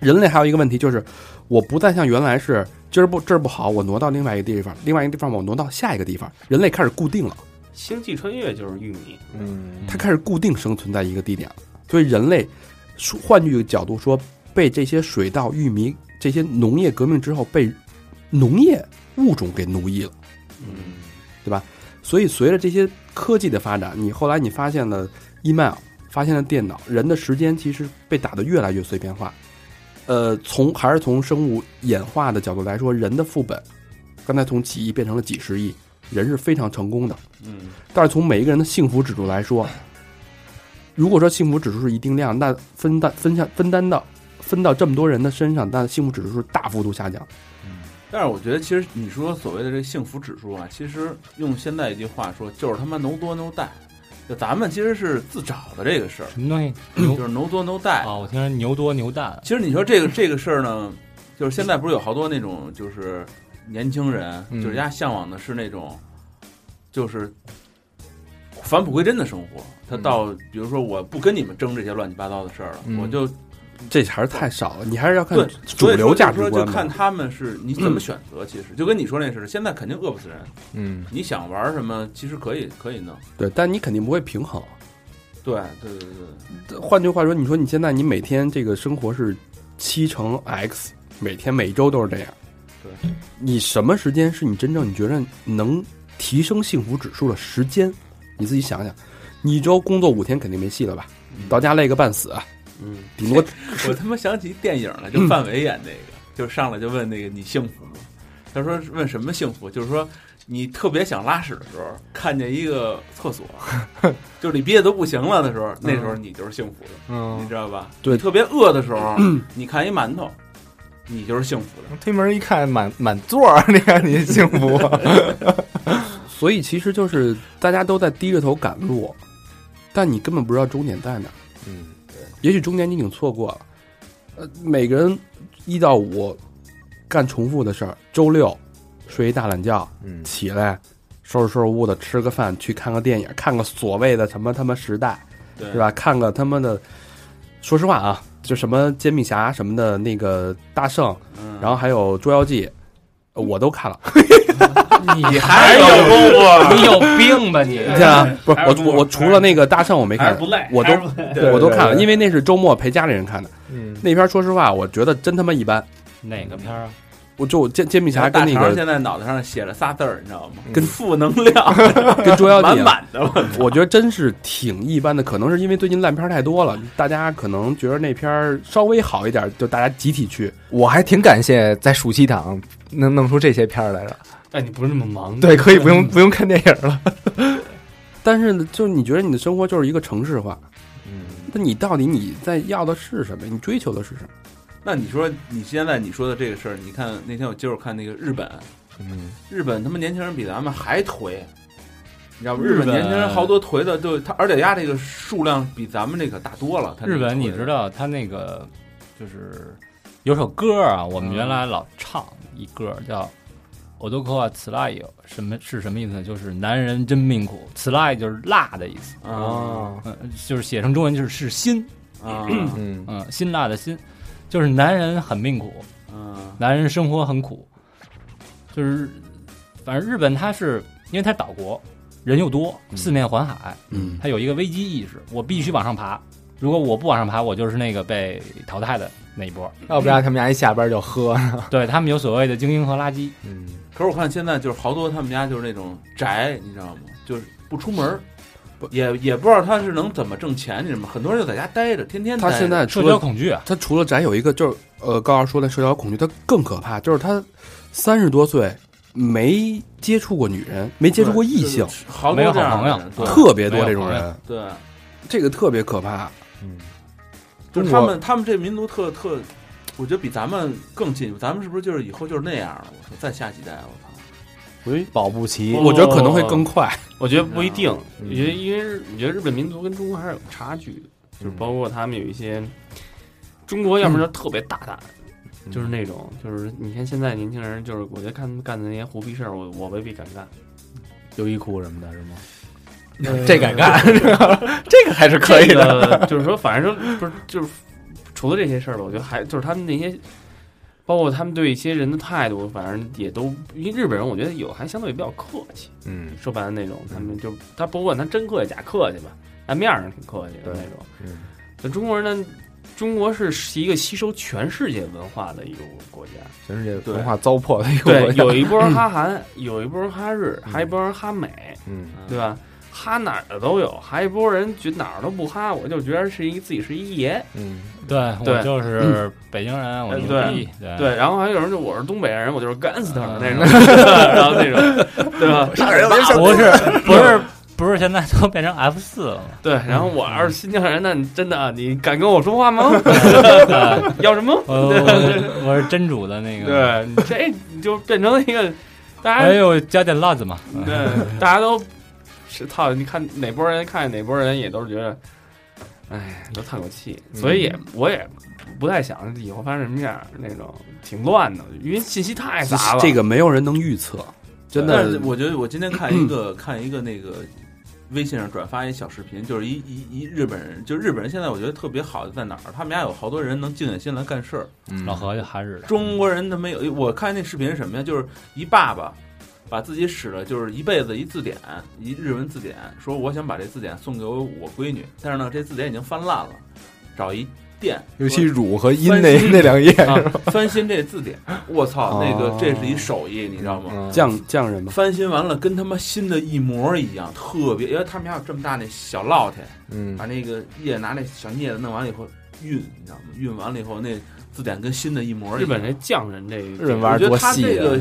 人类还有一个问题就是，我不再像原来是今儿不这儿不好，我挪到另外一个地方，另外一个地方我挪到下一个地方，人类开始固定了，
星际穿越就是玉米，
嗯，
它开始固定生存在一个地点，所以人类，说换句角度说，被这些水稻、玉米这些农业革命之后被农业物种给奴役了。
嗯，
所以随着这些科技的发展，你后来你发现了 email，发现了电脑，人的时间其实被打得越来越碎片化。呃，从还是从生物演化的角度来说，人的副本，刚才从几亿变成了几十亿，人是非常成功的。
嗯，
但是从每一个人的幸福指数来说，如果说幸福指数是一定量，那分担分享分担到分到这么多人的身上，那幸福指数是大幅度下降。
但是我觉得，其实你说所谓的这幸福指数啊，其实用现在一句话说，就是他妈能多能带。就咱们其实是自找的这个事儿，
什么东西？
就
嗯
牛
是能多能带。
哦
啊！我听说牛多牛蛋，
其实你说这个这个事儿呢，就是现在不是有好多那种就是年轻人，
嗯
就是人家向往的是那种，就是返璞归真的生活。他到
嗯
比如说，我不跟你们争这些乱七八糟的事儿了，
嗯
我就
这还是太少了，你还是要看
对
主流价
所
值
以说就是
观
说就
吧。
看他们是你怎么选择。其实就跟你说那似的，现在肯定饿不死人，
嗯，
你想玩什么其实可以可以弄。
对，但你肯定不会平衡。
对对对对，
换句话说，你说你现在你每天这个生活是七乘 x，每天每周都是这样。
对，
你什么时间是你真正你觉得能提升幸福指数的时间？你自己想想，你一周工作五天肯定没戏了吧？到家累个半死，啊
嗯，
顶多
我他妈想起电影了，就范伟演那个，就上来就问那个你幸福吗？他说问什么幸福？就是说你特别想拉屎的时候，看见一个厕所， 就是你憋得都不行了的时候，那时候你就是幸福的，你
嗯，
知道吧？
嗯对
你特别饿的时 候，你看一馒头，你就是幸福的。
嗯推门一看，满满座儿，你看你幸福，啊
所以其实就是大家都在低着头赶路，但你根本不知道终点在哪。
嗯，
也许中间你已经错过了。呃，每个人一到五干重复的事儿，周六睡一大懒觉，
嗯
起来收拾收拾屋子，吃个饭，去看个电影，看个所谓的什么他妈时代，
对
是吧？看个他妈的，说实话啊，就什么煎饼侠什么的，那个大圣，
嗯，
然后还有捉妖记，呃我都看了。
你
还有功夫，啊
你有病吧你？
对啊，不是
还
我
是不
我我除了那个大圣我没
还是
看
不，赖，
我都
还是不赖
对
我都看了，
对对
因为那是周末陪家里人看的。
嗯，
那片儿说实话，我觉得真他妈一般。
哪个片儿啊？
我就煎煎饼侠跟
大
那
肠
个
现在脑袋上写了仨字儿，你知道吗？
跟
负能量
跟捉妖记
满
啊，
满的。我
我觉得真是挺一般的。可能是因为最近烂片儿太多了，大家可能觉得那片儿稍微好一点，就大家集体去。
我还挺感谢在暑期档能弄出这些片儿来着。
但你不是那么忙，
对，可以不用不用看电影了。
但是呢，就是你觉得你的生活就是一个城市化，
嗯，
那你到底你在要的是什么？你追求的是什么？
那你说你现在你说的这个事儿，你看那天我接着看那个日本，
嗯，
日本他妈年轻人比咱们还颓，你知道吗？
日
日
本
本年轻人好多颓的，就他，而且丫这个数量比咱们这个大多了。他那
日
个
本
颓
你知道他那个就是有首歌啊，我们原来老唱一歌叫《我都科啊，此辣有什么是什么意思呢？就是男人真命苦，此辣就是辣的意思，
哦
啊，
嗯、就是写成中文就是是辛，
啊
嗯
嗯，辛辣的辛，就是男人很命苦，
啊
男人生活很苦，就是反正日本它是因为它是岛国，人又多，四面环海，
嗯
它有一个危机意识，我必须往上爬，如果我不往上爬，我就是那个被淘汰的那一波。
要不然他们家一下班就喝，
对他们有所谓的精英和垃圾，
嗯，
可是我看现在就是好多他们家就是那种宅，你知道吗？就是不出门儿
不，
也也不知道他是能怎么挣钱，你知道吗？很多人就在家待着，天天
他
待着
现在除
社交
了
恐惧啊，
他除了宅有一个就是呃高二说的社交恐惧，他更可怕，就是他三十多岁没接触过女人，没接触过异性，
对好
没
多
有
这
好
样
朋友
的人，对
特别多
嗯没有
这种
朋友
人，
对，
这个特别可怕。
就是
中
他
国
们他们这民族特特，我觉得比咱们更进步。咱们是不是就是以后就是那样了？我操，再下几代，我操，
我觉得保不齐，
不
我觉得可能会
哦
更快。
我觉得不一定，
嗯
我觉得因为日我觉得日本民族跟中国还是有差距的，就是
嗯
嗯
包括他们有一些中国，要么就特别大胆，
嗯
就是
嗯
那种就是你看现在年轻人，就是我觉得看他们干的那些胡逼事儿，我我未必敢干。
优衣库什么的，是吗？这敢干， 这个还 是可以
这
的。
个就是说，反正说不是，就是除了这些事儿吧，我觉得还就是他们那些，包括他们对一些人的态度，反正也都因为日本人，我觉得有还相对比较客气。
嗯
说白了那种，他们就他不管他真客气假客气吧，但面儿上挺客气的
对
那种。
嗯
那中国人呢，中国是是一个吸收全世界文化的一个国家。
全世界
对
文化糟粕的一个
对
国，家，
有一波人哈韩，有一波人哈日，还有一波人哈美，
嗯
对吧？哈哪儿的都有，还有一波人觉得哪儿都不哈，我就觉得是一自己是一爷。
嗯
对
对
我就是北京人，我
呃
牛
对
逼，对
对，然后还有人就我是东北人，我就是 gangster
嗯
那种， 然后那种，对吧？
不是不是不是，现在都变成 F 四了 吗？
对，然后我要是新疆人，那你真的啊你敢跟我说话 吗？
对
要什么？
哦我我我是真主的那个，
对，你这你就变成了一个大
哎
家，
呦，加点辣子嘛，
对，大家都是操，你看哪波人看见哪波人也都是觉得，哎，都叹口气，所以也我也不太想以后发生什么样，那种挺乱的，因为信息太杂了。
这个没有人能预测，真
但
的
是。我觉得我今天看一个看一个那个微信上转发一小视频，就是一一一日本人，就日本人现在我觉得特别好的在哪儿，他们家有好多人能静下心来干事儿。
嗯
老何就还是的，
中国人他没有，我看那视频是什么呀？就是一爸爸把自己使了就是一辈子一字典，一日文字典，说我想把这字典送给我闺女，但是呢这字典已经翻烂了，找一店，说
尤 其乳和阴那那两页，
啊翻新这字典，我操，那个
哦
这是一手艺，你知道吗？
嗯
匠匠人嘛，
翻新完了，跟他妈新的一模一样，特别。因为他们家有这么大那小烙铁，
嗯
把那个叶拿那小镊子弄完了以后熨，你知道吗？熨完了以后，那字典跟新的一模一样。
日本这匠人这
日本
个，
玩
我
儿
觉得
多
他
细
这个
啊，，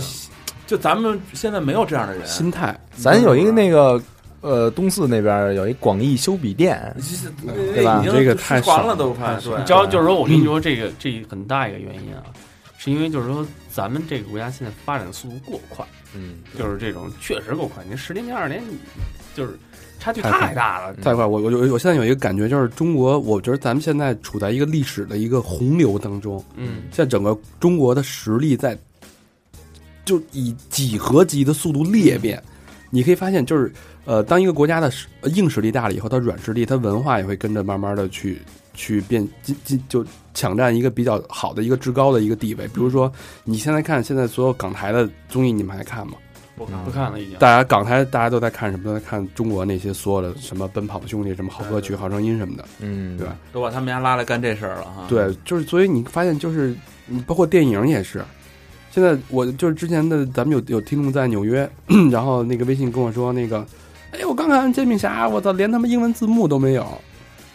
就咱们现在没有这样的人。
心态
咱有一个那个呃东四那边有一广义修笔店，
就是
对吧
已经
这个
就
太
失传
少
了都
太
快。
少
对，
了
你知道，就是说我跟你说这个这很大一个原因啊，是因为就是说咱们这个国家现在发展速度过快。
嗯，
就是这种确实够快，您十年前、二十年，你就是差距
太快
太大了。
太快。我我我我现在有一个感觉，就是中国，我觉得咱们现在处在一个历史的一个洪流当中，
嗯，
现在整个中国的实力在就以几何级的速度裂变。你可以发现，就是呃，当一个国家的实呃硬实力大了以后，它软实力、它文化也会跟着慢慢的去去变，进进就抢占一个比较好的一个至高的一个地位。比如说，你现在看现在所有港台的综艺，你们还看吗？
不看不看了已经。
大家港台大家都在看什么？都在看中国那些所有的什么《奔跑吧兄弟》、什么《好歌曲》、《好声音》什么的。
嗯
对吧
都把他们家拉来干这事儿了哈。，
对，就是所以你发现就是，嗯包括电影也是。现在我就是之前的，咱们有有听众在纽约， 然后那个微信跟我说那个，哎，我刚看《煎饼侠》，我操，连他妈英文字幕都没有。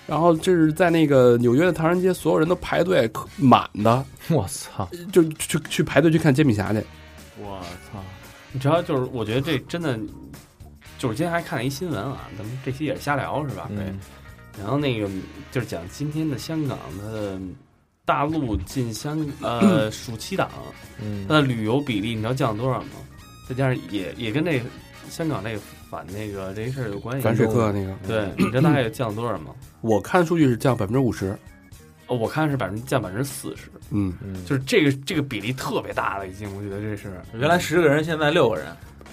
然后这是在那个纽约的唐人街，所有人都排队可满的，
我操，
就去去排队去看《煎饼侠》去。
我操，
你知道，就是我觉得这真的，就是今天还看了一新闻啊，咱们这期也是瞎聊是吧？
嗯。
然后那个就是讲今天的香港，它的大陆进香呃暑期档，它
嗯
的旅游比例你知道降了多少吗？再加上也也跟这香港这个反那个这事儿有关系。
反水客那个，
对，你知道大概降了多少吗？
我看数据是降百分之五十，
呃我看是百分之占百分之四十，
嗯，
嗯，
就是这个这个比例特别大了，已经我觉得这是
原来十个人，现在六个人，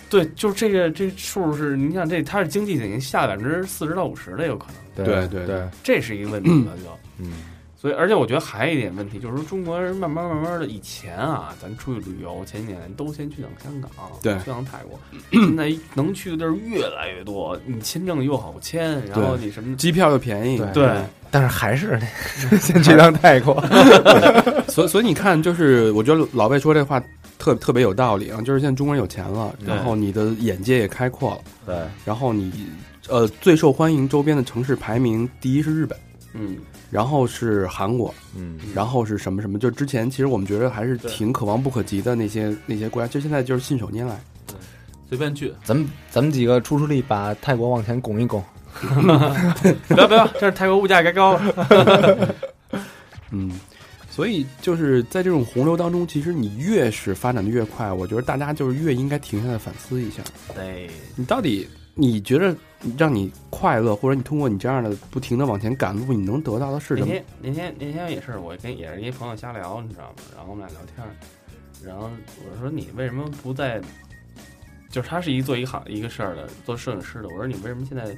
对，就是这个这数是，你想这它是经济已经下百分之四十到五十了，有可能，
对
对
对，
这是一个问题了就。
嗯
所以，而且我觉得还有一点问题，就是说中国人慢慢慢慢的，以前啊，咱出去旅游前几年都先去趟香港，
对
去趟泰国， 现在能去的地儿越来越多，你签证又好签，然后你什么
机票又便宜，
对
对，
但是还 是得先去趟泰国，
所以所以你看，就是我觉得老魏说这话特特别有道理啊，就是现在中国人有钱了，
对
然后你的眼界也开阔了，
对，
然后你呃最受欢迎周边的城市排名第一是日本，
嗯，
然后是韩国，
嗯
然后是什么什么？就之前其实我们觉得还是
对
挺可望不可及的那些那些国家，就现在就是信手拈来。
随便去，
咱们咱们几个出出力，把泰国往前拱一拱，
不要不要，这是泰国物价该高了，
嗯，所以就是在这种洪流当中，其实你越是发展的越快，我觉得大家就是越应该停下来反思一下，
对，
你到底你觉得让你快乐，或者你通过你这样的不停的往前赶路，你能得到的是
那
什么？
天那天那天也是，我跟也是一朋友瞎聊，你知道吗？然后我们俩聊天儿，然后我说你为什么不在？就是他是一做一行一个事儿的，做摄影师的。我说你为什么现在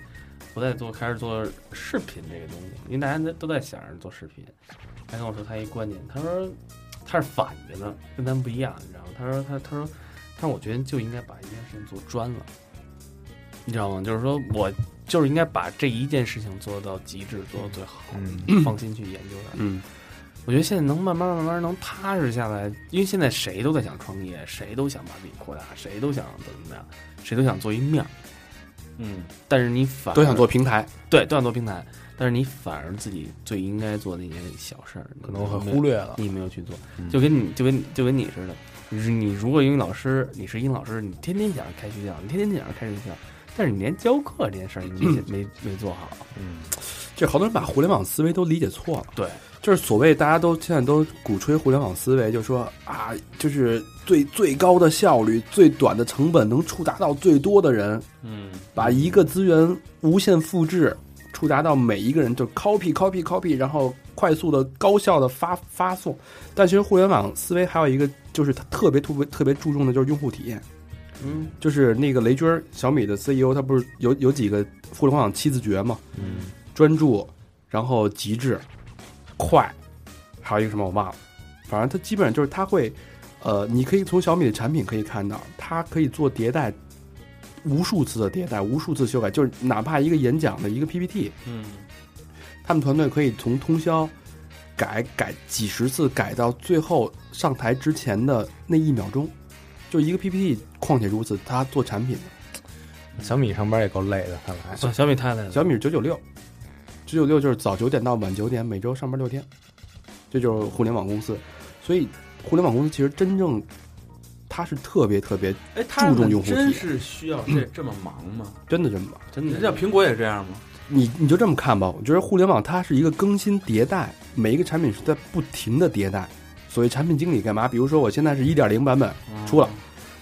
不再做开始做视频这个东西？因为大家都在想着做视频。他跟我说他一观点，他说他是反着的，跟咱不一样，你知道吗？他说他他说他说我觉得就应该把一件事情做专了，你知道吗？就是说我就是应该把这一件事情做到极致，做到最好。
嗯，
放心去研究它。
嗯，
我觉得现在能慢慢慢慢能踏实下来，因为现在谁都在想创业，谁都想把自己扩大，谁都想怎么怎么样，谁都想做一面儿。
嗯，
但是你反而
都想做平台，
对，都想做平台，但是你反而自己最应该做的那些小事儿，
可能会忽略了，
你没有去做，
嗯
就跟你就跟就跟你似的，你是你如果英语老师，你是英语老师，你天天想着开学校，你天天想着开学校，但是你连教课这件事儿你 没没没做好，
嗯，
这好多人把互联网思维都理解错了。
对，
就是所谓大家都现在都鼓吹互联网思维，就说啊，就是最最高的效率、最短的成本，能触达到最多的人，
嗯，
把一个资源无限复制，触达到每一个人，就 copy copy copy，然后快速的、高效的发发送。但其实互联网思维还有一个，就是它特别特别特别注重的就是用户体验。
嗯，
就是那个雷军儿，小米的 CEO，他不是有有几个互联网七字诀吗？
嗯，
专注，然后极致、快，还有一个什么我忘了，反正它基本上就是它会，呃，你可以从小米的产品可以看到，它可以做迭代，无数次的迭代，无数次修改，就是哪怕一个演讲的一个 PPT，
嗯，
他们团队可以从通宵改改几十次，改到最后上台之前的那一秒钟，就一个 PPT，况且如此，它做产品的
小米上班也够累的，看来，
小米太累了，
小米九九六，九九六就是早九点到晚九点，每周上班六天，这就是互联网公司。所以，互联网公司其实真正它是特别特别
哎，他们
注重用户体验
真是需要这这么忙吗？
真的这么忙。
真
人家
的
苹果也这样吗？
你你就这么看吧，我觉得互联网它是一个更新迭代，每一个产品是在不停的迭代。所谓产品经理干嘛？比如说我现在是一点零版本
嗯
出了，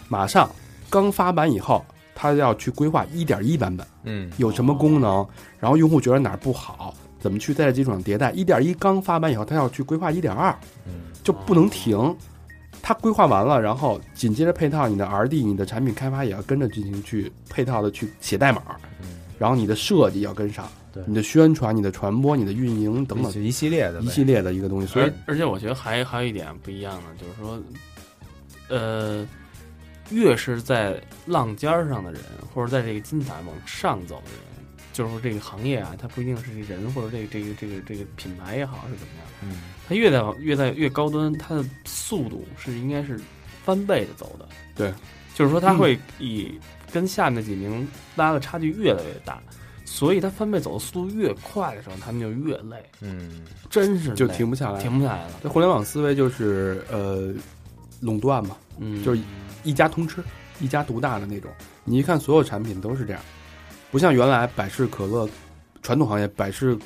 马上刚发版以后，他要去规划一点一版本。
嗯
有什么功能，然后用户觉得哪儿不好，怎么去在这基础上迭代。一点一刚发完以后，它要去规划一点二，
嗯
就不能停。它规划完了，然后紧接着配套你的 R&D，你的产品开发也要跟着进行去配套的去写代码，
嗯
然后你的设计要跟上
对，
你的宣传、你的传播、你的运营等等
就一系列的呗，
一系列的一个东西。所以
而而且我觉得还还有一点不一样的，就是说，呃，越是在浪尖儿上的人，或者在这个金字塔往上走的人，就是说这个行业啊，它不一定是这人或者这个这个这个这个品牌也好是怎么样，
嗯，
它越在往越在越高端，它的速度是应该是翻倍的走的。
对，嗯
就是说它会以跟下面的几名拉的差距越来越大。所以它翻倍走的速度越快的时候，他们就越累，
嗯，
真是
就
累
停不下来。
停不下来了。
这互联网思维就是呃垄断嘛，
嗯，
就是一家通吃、一家独大的那种。你一看所有产品都是这样，不像原来百事可乐，传统行业百事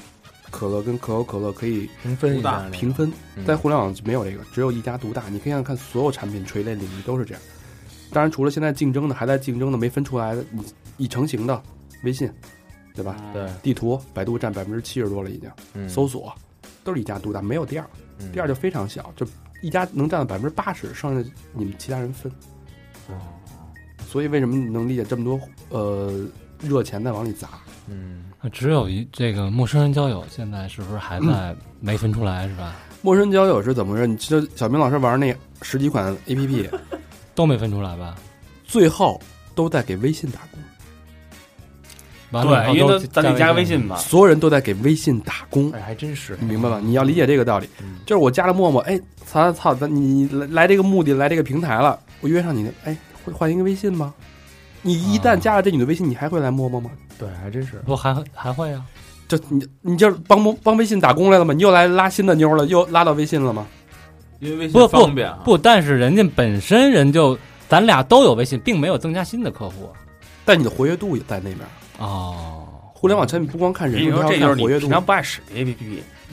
可乐跟可口可乐可以
平分一下，
平分，
嗯
在互联网没有这个，只有一家独大。你可以看看所有产品垂类领域都是这样。当然，除了现在竞争的还在竞争的没分出来的，已已成型的微信，对吧？
对，
地图，百度占百分之七十多了已经，
嗯
搜索，都是一家独大，没有第二，
嗯
第二就非常小，就一家能占到百分之八十，剩下的你们其他人分。
哦
所以为什么你能理解这么多呃热钱在往里砸？
嗯，
只有一这个陌生人交友，现在是不是还
嗯
在没分出来是吧？
陌生交友是怎么回事？你知道小明老师玩那十几款 A P P，
都没分出来吧？
最后都在给微信打工，
完
嗯
了以
对，
后
因为
都
都咱得加微 信吧，
所有人都在给微信打工
哎，。还真是
你明白吧？你要理解这个道理
嗯，
就是我加了陌陌，哎，操操，咱你来来这个目的，来这个平台了，我约上你的，哎，会换一个微信吗？你一
啊
旦加了这女的微信，你还会来陌陌吗？
对，还真是
不还还会啊？
这你你这帮陌帮微信打工来了吗？你又来拉新的妞了，又拉到微信了吗？
因为微
不
信
不
方便啊。
不，但是人家本身人就咱俩都有微信，并没有增加新的客户啊
但你的活跃度也在那边。
哦，
互联网产品不光看人
你
数，
说
它
这就是
要看
你
活跃度
平，常不爱使的 APP。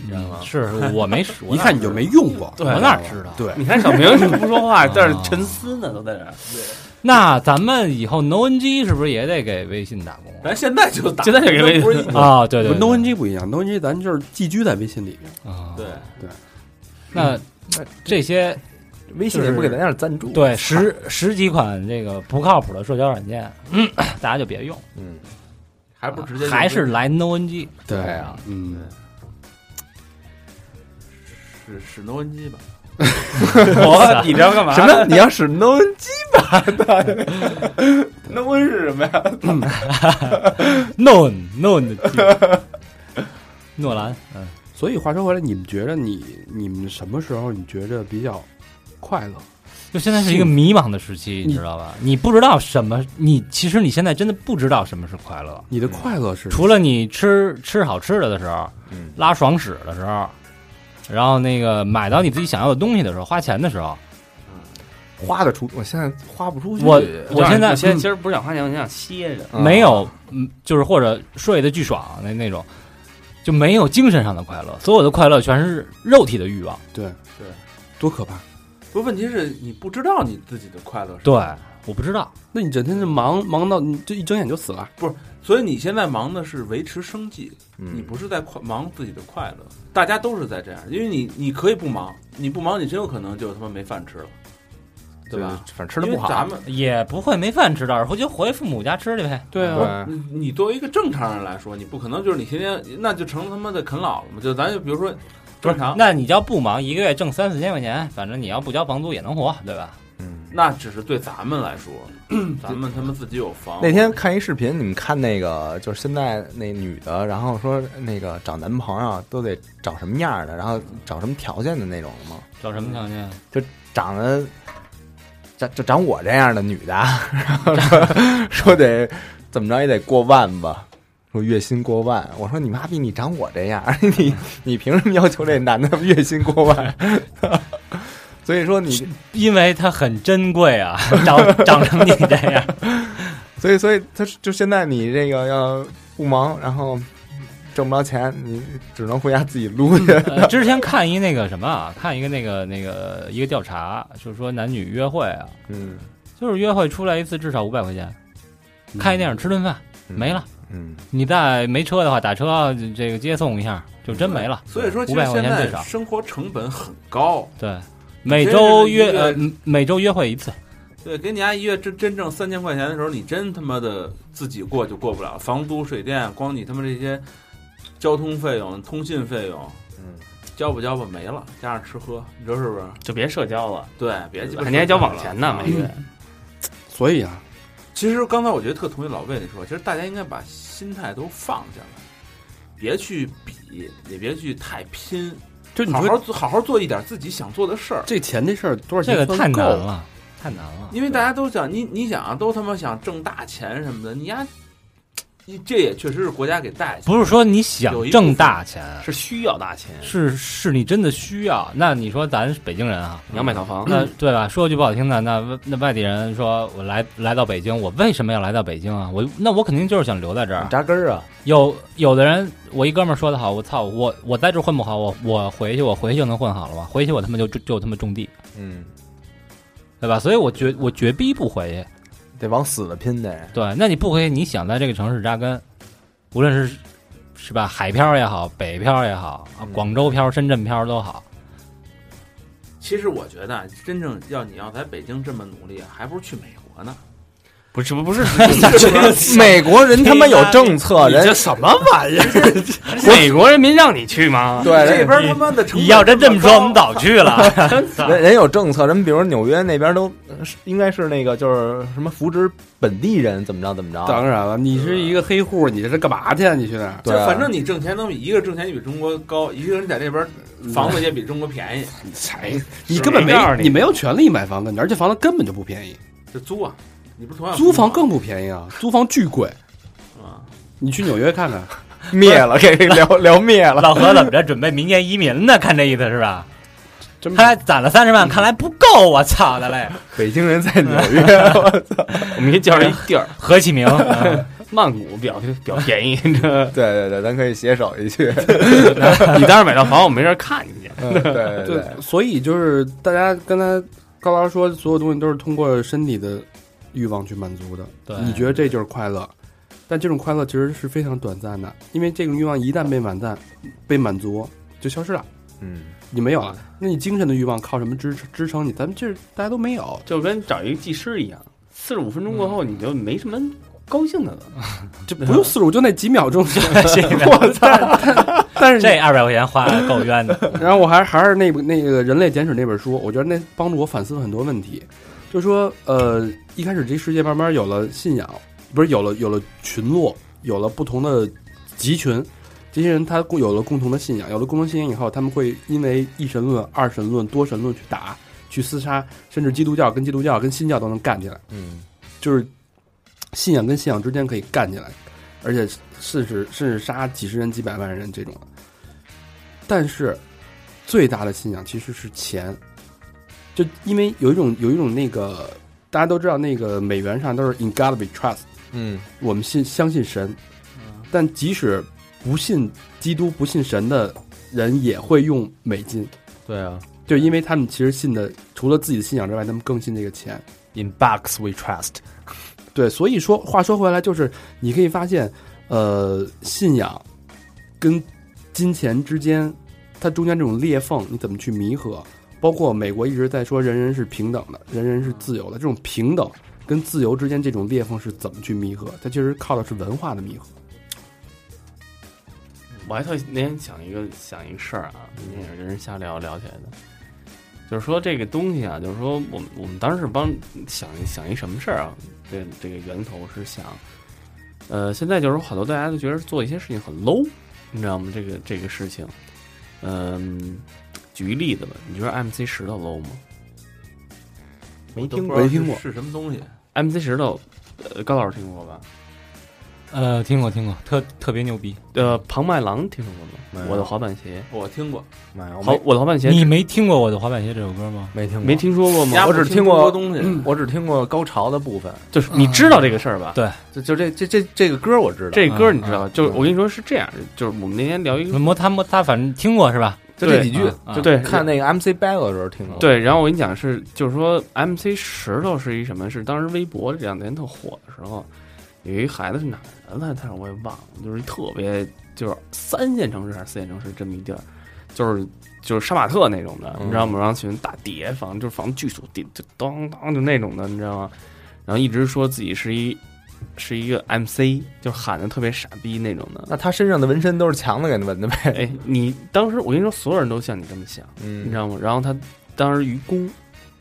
你知道
嗯
吗？嗯是 我没使，我
一
哪
看你就没用过。
对
我哪知道？
对，
你看小明是不说话，
啊
但是沉思呢，都在这儿。
那咱们以后 No NG 是不是也得给微信打工
咱现在就打，
现在就给微信
不是一年
啊？对对
不
对
No N G 不一样，No N G 咱就是寄居在微信里边。
啊，
对，
那这些
微信也不给咱点赞助，
对十十几款这个不靠谱的社交软件，嗯，大家就别用，啊
嗯，
还不直接就
还是来 No NG
对
啊，
嗯，
使使挪文机吧？
我你这要干嘛？
什么？你要使 no
挪文是什么呀？
known known 的记 诺兰，嗯，
所以话说回来，你们觉得你你们什么时候你觉着比较快乐？
就现在是一个迷茫的时期，你知道吧？你不知道什么，你其实你现在真的不知道什么是快乐，
你的快乐是
除了你吃吃好吃的的时候，
嗯
拉爽屎的时候，然后那个买到你自己想要的东西的时候，花钱的时候，
花的出，我现在花不出去，
我
我
我现在嗯
我现在其实不是想花钱，我想歇着。
嗯
没有，嗯，就是或者睡得巨爽那那种，就没有精神上的快乐，所有的快乐全是肉体的欲望。
多可怕？
不，问题是你不知道你自己的快乐是
对，我不知道，
那你整天就忙忙到你这一睁眼就死了。
所以你现在忙的是维持生计，你
嗯，
不是在快忙自己的快乐。大家都是在这样，因为你你可以不忙，你不忙你真有可能就他妈没饭吃了，对吧？？
反正吃的
因
不
为
好，
咱们
也不会没饭吃，到时候就回父母家吃去呗。
对
对，
你你作为一个正常人来说，你不可能就是你天天那就成了他妈的啃老了嘛？就咱就比如说正常，
那你要不忙，一个月挣三四千块钱，反正你要不交房租也能活，对吧？
嗯。
那只是对咱们来 说，咱们他妈自己有房。
那天看一视频，你们看那个就是现在那女的，然后说那个找男朋友都得找什么样的，然后找什么条件的那种吗？
找什么条件？
长得长就长我这样的女的， 然后说说得怎么着也得过万吧，说月薪过万。我说你妈逼，你长我这样， 你你凭什么要求这男的月薪过万？ 所以说你，
因为它很珍贵啊，找长成你这样，
所以所以他就现在你这个要不忙，然后挣不着钱，你只能回家自己撸去。
呃之前看一那个什么啊，看一个那个那个一个调查，就是说男女约会啊，
嗯，
就是约会出来一次至少五百块钱，看一电影吃顿饭没了。
嗯。
你再没车的话，打车啊这个接送一下，就真没了。
所以说，其
五
实
百块
现
钱最
在
少。
生活成本很高。
对，每周
这是
约
一个
呃每周约会一次，
对，给你家一月真真挣三千块钱的时候，你真他妈的自己过就过不了，房租、水电，光你他妈这些交通费用、通信费用，
嗯，
交吧交吧没了，加上吃喝，你说是不是？
就别社交了，
对，别鸡巴
肯定还交
说
网
了
钱呢，每
嗯
月。
所以啊，
其实刚才我觉得特同意老魏你说，其实大家应该把心态都放下来，别去比，也别去太拼，
就你
好
说
好做，好好做一点自己想做的事儿。
这钱这事儿多少
这
钱
个
算够
太难？了，太难了。
因为大家都想你，你想啊，都他妈想挣大钱什么的，你呀，你这也确实是国家给带起来
不是说你
有
想
一
挣大钱，
是需要大钱，
是是你真的需要。那你说咱北京人啊，
你要买套房，
那对吧？说句不好听的，那外那外地人说我来来到北京，我为什么要来到北京啊？我那我肯定就是想留在这儿。
扎根儿啊，
有有的人，我一哥们儿说的好，我操，我我在这儿混不好，我我回去我回去就能混好了吗？回去我他妈就就就他妈种地，
嗯，
对吧？所以我绝我绝逼不回去。
得往死了拼得，
对，那你不回去，你想在这个城市扎根，无论是是吧？海漂也好，北漂也好，啊
嗯
广州漂、深圳漂都好。
其实我觉得啊，真正要你要在北京这么努力，还不如去美国呢。
不是不是，
美国人他妈有政策，
你这
人
什么玩意儿？美国人民让你去吗？
对
这
人
边他妈的成本
你要真这么说，
高
我们早去了。
人人有政策，人比如纽约那边都呃是应该是那个就是什么扶植本地人怎么着怎么着，
当然了，你是一个黑户，你这是干嘛去啊？你去那儿？
对
就
啊，
反正你挣钱能比一个挣钱就比中国高，一个人在这边
嗯
房子也比中国便宜，
才 你根本没
谁告诉你
你没有权利买房子，而且房子根本就不便宜，
就租啊。你不是同样
租房
吗
更不便宜啊，租房巨贵。
啊？
你去纽约看看，
灭了，给给聊 聊灭了。
老何怎么着？准备明年移民呢？看这意思是吧？
真
看来攒了三十万，看来不够。我操的嘞！
北京人在纽 约，我操！
我们一叫人一地儿，
何启明，嗯
曼谷比较比较便 宜。这
对对对，咱可以携手一 去。
你当时买到房，我没人看你去。
嗯对对
对
对，，
所以就是大家刚才高老师说，所有东西都是通过身体的欲望去满足的。
对
你觉得这就是快乐？但这种快乐其实是非常短暂的，因为这种欲望一旦被满赞、被满足，就消失了，
嗯，
你没有了。那你精神的欲望靠什么支支撑你？咱们这大家都没有，
就跟找一个技师一样，四十五分钟过后你就没什么高兴的了。
就不用思路，就那几秒钟。
谢谢
我操！但是你
这二百块钱花的够冤的。
然后我还还是那部那个《人类简史》那本书，我觉得那帮助我反思了很多问题。就说呃，一开始这世界慢慢有了信仰，不是有了有了群落，有了不同的集群，这些人他共有了共同的信仰，有了共同信仰以后，他们会因为一神论、二神论、多神论去打、去厮杀，甚至基督教跟基督教跟新教都能干起来。
嗯，
就是信仰跟信仰之间可以干起来，而且甚至甚至杀几十人、几百万人这种。但是最大的信仰其实是钱，就因为有一种有一种那个大家都知道，那个美元上都是 in God we trust，
嗯，
我们信相信神，但即使不信基督、不信神的人也会用美金，
对啊。
就因为他们其实信的除了自己的信仰之外，他们更信这个钱。
In box we trust。
对，所以说话说回来，就是你可以发现，呃，信仰跟金钱之间，它中间这种裂缝，你怎么去弥合？包括美国一直在说人人是平等的，人人是自由的，这种平等跟自由之间这种裂缝是怎么去弥合？它其实靠的是文化的弥合。
我还特意那天想一个想一个事儿啊，那天也是跟人瞎聊聊起来的，就是说这个东西啊，就是说我们我们当时是帮想想一什么事儿啊？这这个源头是想，呃，现在就是好多大家都觉得做一些事情很 low，你知道吗？这个这个事情，嗯、举一例子吧，你觉得 MC 石头 low 吗
没
听过没听过
是什么东西？
？MC 石头，呃，高老师听过吧？
呃，听过听过，特特别牛逼。
呃，庞麦郎听说过
没
吗？
有
我的滑板鞋，
我听过，
妈呀，我
好
没，
我的滑板鞋
你没听过我的滑板鞋这首歌吗？
没听过，
没听说过吗？
鸭
我
不
只听
过
过
东西，
我只听过高潮的部分。
就是你知道这个事儿吧？
就就这这这这个歌我知道，
这歌儿你
嗯
知道吧？就是我跟你说是这样，就是我们那天聊一个，
摩擦摩擦，反正听过是吧？
就这
对
几句。
啊
就，对
看那个 MC battle 的时候听过。，
对，然后我跟你讲是，就是说 MC 石头是一什么？是当时微博这两年特火的时候，有一孩子是哪儿的来，但是我也忘了，就是一特别就是三线城市还是四线城市这么一地儿，就是就是杀马特那种的，
嗯
你知道吗？然后群大叠房，就是房巨锁叠，就当当就那种的，你知道吗？然后一直说自己是一是一个 MC，就喊的特别傻逼那种的。
那他身上的纹身都是强子给他纹的呗？
哎，你当时我跟你说，所有人都像你这么想，
嗯，
你知道吗？然后他当时愚公，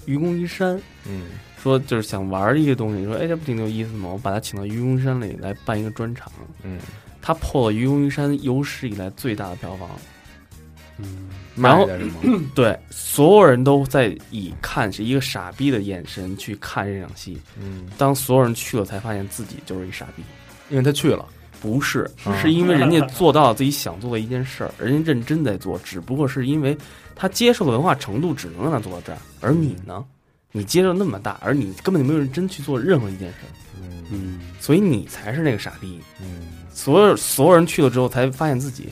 愚公移山，
嗯
说就是想玩一个东西，说哎，这不挺有意思吗？我把他请到愚公移山里来办一个专场，
嗯，
他破了愚公移山有史以来最大的票房。
卖
然后
嗯的是吗？
对，所有人都在以看是一个傻逼的眼神去看这场戏。
嗯，
当所有人去了，才发现自己就是一傻逼。
因为他去了，
不是，
啊
是因为人家做到了自己想做的一件事儿，人家认真在做，只不过是因为他接受的文化程度只能让他做到这儿，而你呢，你接受那么大，而你根本就没有认真去做任何一件事儿，
嗯
嗯，所以你才是那个傻逼。
嗯，
所有所有人去了之后，才发现自己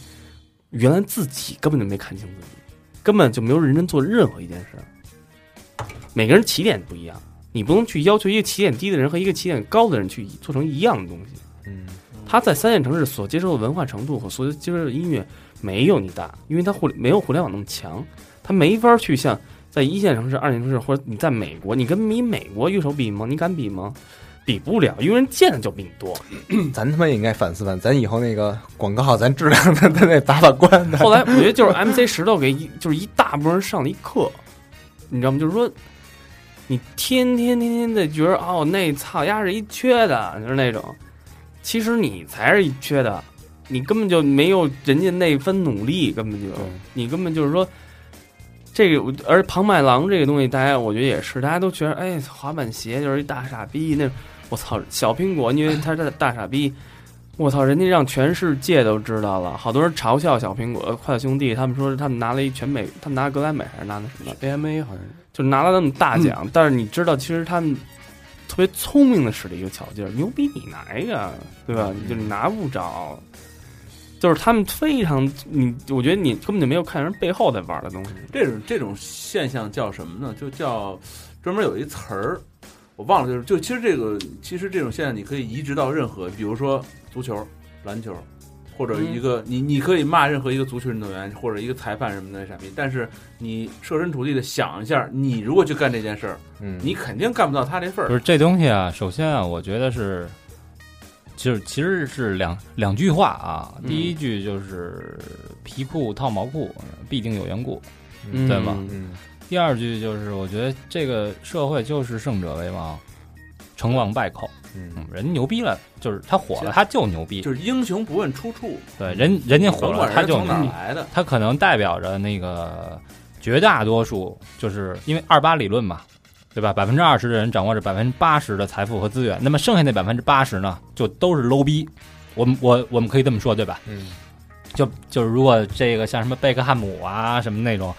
原来自己根本就没看清自己，根本就没有认真做任何一件事儿。每个人起点不一样，你不能去要求一个起点低的人和一个起点高的人去做成一样的东西。
嗯，
他在三线城市所接受的文化程度和所接受的音乐没有你大，因为他互联没有互联网那么强，他没法去像在一线城市、二线城市或者你在美国，你跟你美国乐手比吗？你敢比吗？比不了，因为人见的就比你多。
嗯咱他妈也应该反思反思，咱以后那个广告，咱质量咱咱得把把关的。
后来我觉得就是 MC 石头给一就是一大波人上了一课，你知道吗？就是说，你天天天天的觉得哦，那操丫是一缺的，就是那种，其实你才是一缺的，你根本就没有人家那份努力，根本就你根本就是说。这个，而庞麦郎这个东西，大家我觉得也是，大家都觉得，哎，滑板鞋就是一大傻逼。那我操，小苹果，因为他是大傻逼，我操，人家让全世界都知道了，好多人嘲笑小苹果、呃快乐兄弟，他们说是他们拿了一全美，他们拿格莱美还是拿的什么，
AMA 好像是嗯
就拿了那么大奖。但是你知道，其实他们特别聪明的使了一个巧劲儿，牛逼你拿一个，对
嗯
吧？你就拿不着。就是他们非常，你我觉得你根本就没有看人背后在玩的东西。
这种这种现象叫什么呢？就叫专门有一词儿，我忘了，就是就其实这个其实这种现象你可以移植到任何，比如说足球、篮球，或者一个、你你可以骂任何一个足球运动员或者一个裁判什么的傻逼，但是你设身处地的想一下，你如果去干这件事儿，
嗯，
你肯定干不到他这份
就
儿。
是这东西啊，首先啊，我觉得是，就是其实是两两句话啊。
嗯
第一句就是皮裤套毛裤，必定有缘故。
嗯
对吧
嗯
第二句就是，我觉得这个社会就是胜者为王，成王败寇。嗯
嗯，
人牛逼了，就是他火
是
了，他就牛逼。
就是英雄不问出处，
对，人人家火
甭
了
管，
他
人
就
从
牛
哪儿
逼。
来的，
他可能代表着那个绝大多数，就是因为二八理论嘛，对吧？百分之二十的人掌握着百分之八十的财富和资源，那么剩下那百分之八十呢，就都是 low 逼。我们我我们可以这么说，对吧？
嗯，
就就是如果这个像什么贝克汉姆啊什么那种，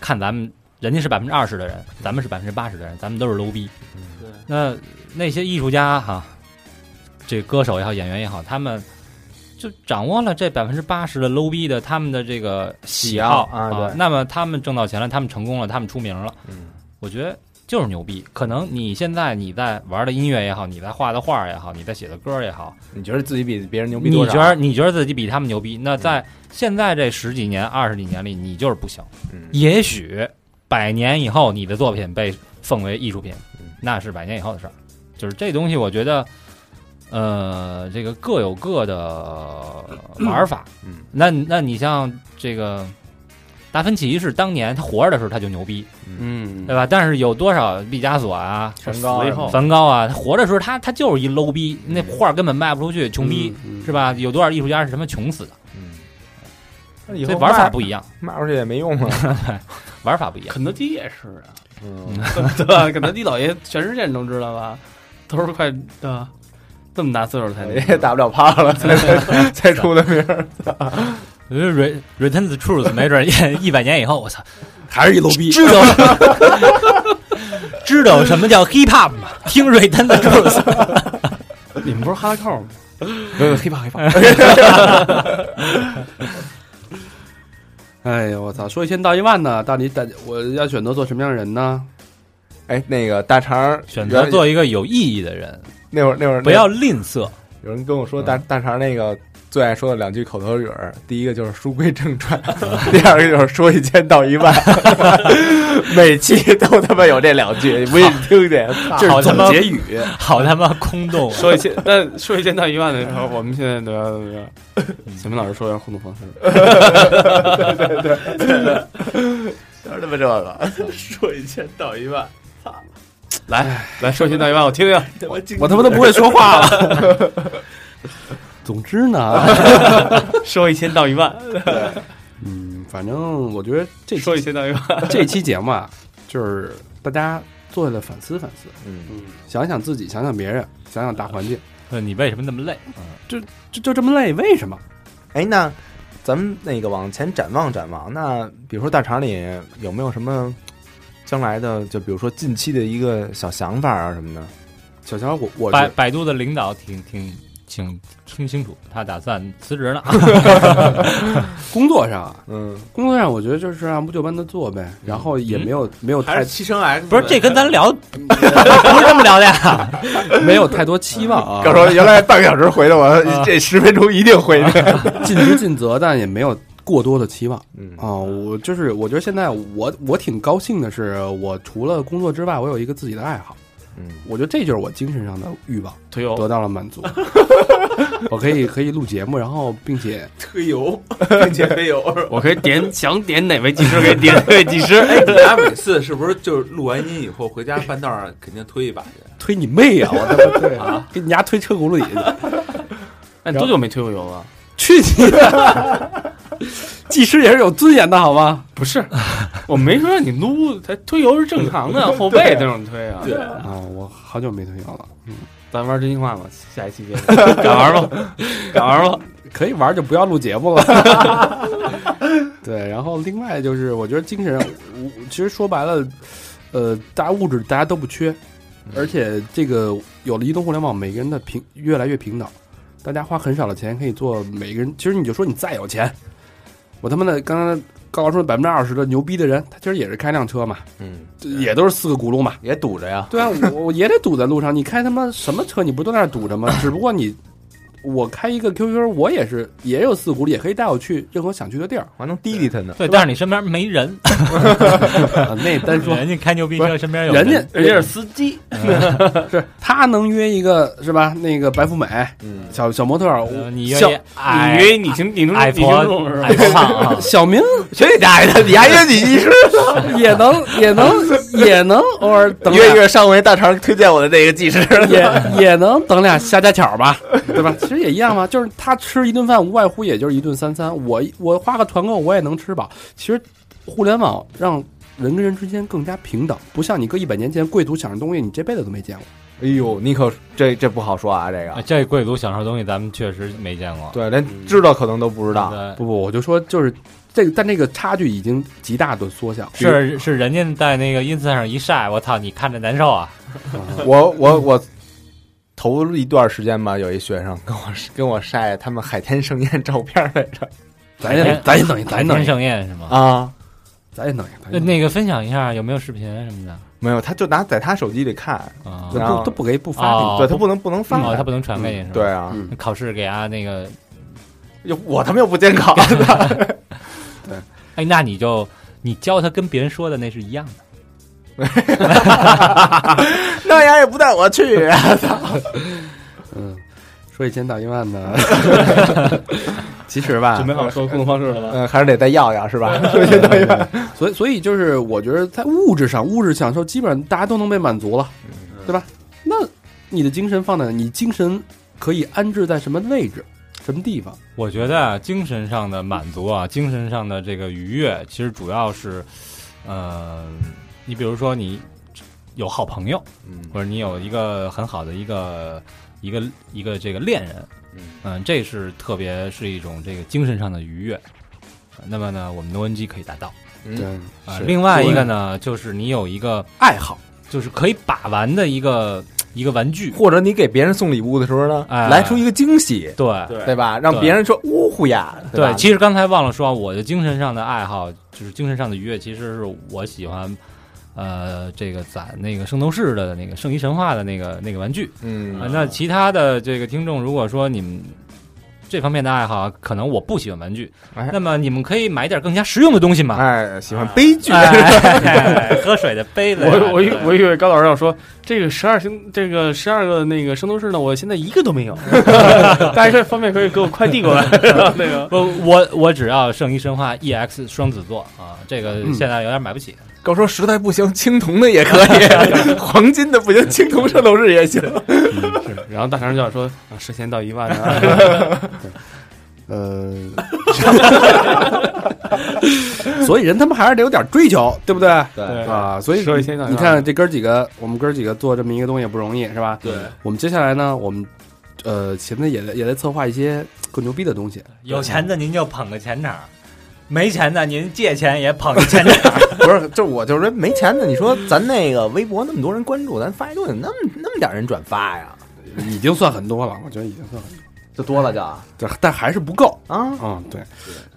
看咱们人家是百分之二十的人，咱们是百分之八十的人，咱们都是 low 逼。
嗯
对，
那那些艺术家哈、这歌手也好，演员也好，他们就掌握了这百分之八十的 low 逼的他们的这个喜好
喜好啊对
那么他们挣到钱了，他们成功了，他们出名了，
嗯，
我觉得就是牛逼。可能你现在你在玩的音乐也好，你在画的画也好，你在写的歌也好，
你觉得自己比别人牛逼
你
多
觉
少？
得你觉得自己比他们牛逼，那在现在这十几年、二十几年里，你就是不行。
嗯
也许百年以后你的作品被奉为艺术品
嗯，
那是百年以后的事儿。就是这东西，我觉得，呃，这个各有各的玩法。
嗯，
那那你像这个达芬奇是当年他活着的时候他就牛逼，
嗯
对吧？但是有多少毕加索啊、
身高
死以后
梵高啊，他活着的时候他他就是一 low 逼，那画根本卖不出去，穷
嗯
逼、是吧？有多少艺术家是什么穷死的？
嗯，
所以玩法不一样，
骂出去也没用 啊。
玩法不一样。
肯德基也是啊，
嗯，
对吧？肯德基老爷全世界人都知道吧？都是快对吧？这么大岁数才那
也也打不了炮 了，才才才出的名儿，
我觉得 re return the truth 没准 一一百年以后，我操，
还是一 low 逼。
知道 知道什么叫 hip hop 吗？听 return the truth，
你们不是哈拉扣吗？
黑怕黑怕。
哎呀，我操！说一千道一万呢，到底大我要选择做什么样的人呢？
哎，那个大肠儿
选择
原
做一个有意义的人，
那会儿那会儿
不要嗯吝啬。
有人跟我说大大肠那个最爱说的两句口头语儿，第一个就是书归正传， 第二个就是说一千道一万， 每期都他妈有这两句，不信你听听，
这
操
是总结
语。
好他妈空洞啊！
说一千，但说一千到一万的时候，我们现在的小明老师说要互动方式，
就是他妈这个，
说一千道一万，
来来说一千到一万，我听听。
他妈经
我他妈都不会说话了。总 之呢，
说一千到一万，
嗯，反正我觉得这期
说一千到一万，
这期节目啊，就是大家坐下来反思反思，
嗯，
想想自己，想想别人，想想大环境，
说你为什么那么累？
就就这么累，为什么？
哎，那咱们那个往前展望展望，那比如说大肠里有没有什么将来的，就比如说近期的一个小想法啊什么的？
小乔，我我觉
百
得
百度的领导挺挺请听清楚，他打算辞职了。
工作上啊，
嗯，
工作上我觉得就是按部就班的做呗，然后也没有、没有
嗯还
太
是七乘 X
不是，这跟咱聊不是这么聊的呀。
没有太多期望 啊，
告诉我原来半个小时回的我，这十分钟一定回的。
尽职尽责，但也没有过多的期望。
嗯
啊、我就是我觉得现在我我挺高兴的是，我除了工作之外，我有一个自己的爱好。
嗯，哦
我觉得这就是我精神上的欲望
推油
得到了 满足。我可以可以录节目，然后并且
推油，并且飞油。是吧
我可以点想点哪位技师给点哪位技师。
哎，你俩每次是不是就是录完音以后回家半道上肯定推一把去？
推你妹啊！我他 妈对啊，给你丫推车轱辘底下
那你多久没推过油了？
去，去你的！ 技师也是有尊严的好吗？
不是，我没说让你撸，他推油是正常的，后背那种推啊。
对，
啊，我好久没推油了，
咱玩真心话吧，下一期节目敢玩 吗？敢玩吗？
可以玩就不要录节目了。 对，然后另外就是，我觉得精神上，我其实说白了，呃，大家物质大家都不缺，而且这个有了移动互联网，每个人的平越来越平等，大家花很少的钱可以做每个人。其实你就说你再有钱，我他妈的刚刚高老师说百分之二十的牛逼的人，他其实也是开辆车嘛，
嗯，
也都是四个轱辘嘛，
也堵着呀。
对啊，我我也得堵在路上。你开他妈什么车？你不都在那儿堵着吗？只不过你，我开一个 QQ，我也是也有四轱辘，也可以带我去任何想去的地儿。
我还能滴滴他呢。
对，但是你身边没人，
啊、那单说，
人家开牛逼车身边有
人家
人家是司机，
是他能约一个是吧？那个白富美、
嗯，
小小模特儿，
呃
我
你约
小，
一
你
矮
以为你听你能
矮
你听
婆
懂是吧
矮？婆胖啊
小明
谁给大爷的？你还约你技师？
也能也能也能偶尔等
约
俩
约上回大肠推荐我的那个技师。
也也能等俩瞎家巧吧，对吧？其实也一样嘛，就是他吃一顿饭无外乎也就是一顿三餐，我我花个团购我也能吃饱。其实互联网让人跟人之间更加平等，不像你搁一百年前贵族享受东西，你这辈子都没见过。
哎呦，你可这这不好说啊，这
啊
个
这贵族享受东西咱们确实没见过。
对，连知道可能都不知道。
对，
不不，我就说就是这个，但这个差距已经极大的缩小。
是是，人家在那个 ins 上一晒，我操，你看着难受啊！
我我我头一段时间吧，有一学生跟我跟我晒他们海天盛宴照片来着
咱也咱也等一，咱也等
天
一，咱
盛宴是吗？
啊，
也等一，咱
那
也等一
那个分享一下有没有视频什么的
没有，他就拿在他手机里看，
啊？
然后
不都不给不发给你。
哦
对他不能不能发
哦，他不能传给你是吧？
对啊，
嗯，
考试给他那个，
又我他妈又不监考，
哎，那你就你教他跟别人说的那是一样的。
那丫也不带我去。啊
嗯，说一千道一万的，其实吧，
准备好说互动方式了吧？
嗯，还是得再要要是吧？
所以，所以就是我觉得在物质上，物质享受基本上大家都能被满足了，
嗯
对吧？那你的精神放在你精神可以安置在什么位置、什么地方？
我觉得啊，精神上的满足啊，精神上的这个愉悦，其实主要是，呃，你比如说你有好朋友，
嗯
或者你有一个很好的一个一个一个这个恋人，
嗯
嗯，这是特别是一种这个精神上的愉悦。那么呢，我们挪 N G 可以达到。
嗯，
啊，
是
另外一个呢，就是你有一个爱好，就是可以把玩的一个一个玩具。
或者你给别人送礼物的时候呢，
哎
来出一个惊喜，
对
对
对吧？让
对
别人说呜呼呀，吧
对，其实刚才忘了说，啊我的精神上的爱好就是精神上的愉悦，其实是我喜欢，呃，这个攒那个圣斗士的那个圣遗神话的那个那个玩具。
嗯
啊，那其他的这个听众，如果说你们这方面的爱好，啊可能我不喜欢玩具，
哎
那么你们可以买点更加实用的东西嘛。
哎，喜欢悲剧，
哎 喝水的杯子呀，啊
我我以
对
我以为高老师要说这个十二星这个十二个那个圣斗士呢，我现在一个都没有。大家这方面可以给我快递过来。那个
不，我我只要圣衣神话 EX 双子座啊，这个现在有点买不起。
高说实在不行，青铜的也可 以，黄金的不行，青铜圣斗士也行。
是，然后大肠就要说啊，十千到一万的，
呃， 所以人他们还是得有点追求，对不对？
对
啊，所以
说一千道一万
你看这哥儿几个，我们哥儿几个做这么一个东西也不容易，是吧？
对，
我们接下来呢，我们呃，前面也在也在策划一些更牛逼的东西，
有钱的您就捧个钱场，没钱的您借钱也捧个 钱场。
不是，就是我就是说没钱的，你说咱那个微博那么多人关注，咱发一东西，那么那么点人转发呀？
已经算很多了，我觉得已经算很多
就多了就啊
对，但还是不够。
啊，
嗯，对。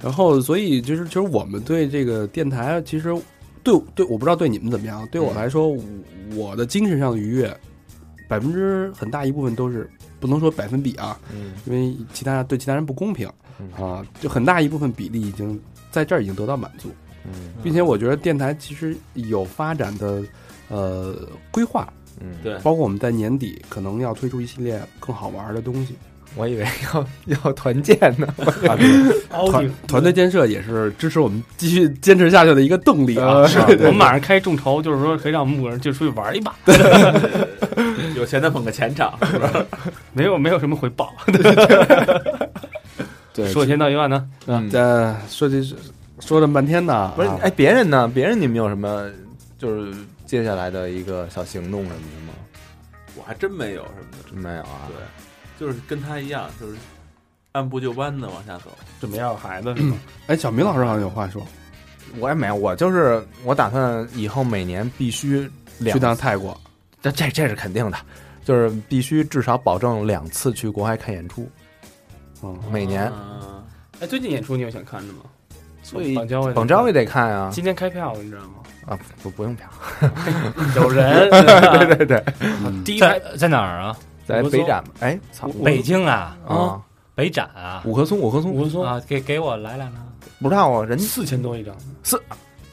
然后，所以就是，其实我们对这个电台，其实对对，我不知道对你们怎么样，对
嗯
我来说，我我的精神上的愉悦，百分之很大一部分都是不能说百分比啊，
嗯
因为其他对其他人不公平
嗯
啊，就很大一部分比例已经在这儿已经得到满足，
嗯
并且我觉得电台其实有发展的呃规划，
嗯，
对
包括我们在年底可能要推出一系列更好玩的东西
我以为要要团建 呢，
啊，对团团队建设也是支持我们继续坚持下去的一个动力
呃
啊。
是我们马上开众筹，就是说可以让我们五个人就出去玩一把，
有钱的捧个钱场，
没有没有什么回报。
对，
说千道一万呢？
呃，说这是说了半天呢，
嗯不是
啊？
哎，别人呢？别人你们有什么就是接下来的一个小行动什么的吗？
我还真没有什么的，
真没有啊
对，就是跟他一样，就是按部就班的往下走。
准备要孩子是吗？
哎，小明老师好像有话说，
我也没有，我就是我打算以后每年必须两
去趟泰国，
这这这是肯定的，就是必须至少保证两次去国外看演出，
嗯，
每年
嗯
哎，最近演出你有想看的吗？
所以
绑交会，
广州也得看啊
今天开票了，你知道吗？
啊，不不 用票，
有 人
对对对，
第一
在
排
在哪儿啊？
在北展，哎操，
北京啊，
啊，
北展啊，
五棵松五棵松
吴松
啊，给给我来两张。
不知道啊，人
四千多一张，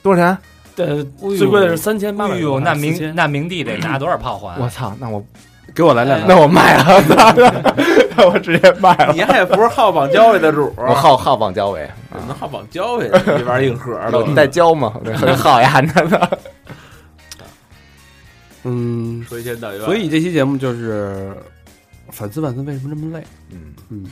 多少钱？啊
对，
哎呦
最贵的是三千八
哎
百
呦，
多，
那
明
明那明帝得拿多少炮还？啊
我操，那我哎
给我来两张。
那我卖了，那我直接卖了，
你还不是好绑交委的主，
我好好绑交嗯委，
怎么能好绑交委呢？一玩硬核
有
的，
带胶吗？很好呀，那个
嗯，
说一千道一万。
所以这期节目就是反思反思为什么这么累。
嗯，
嗯，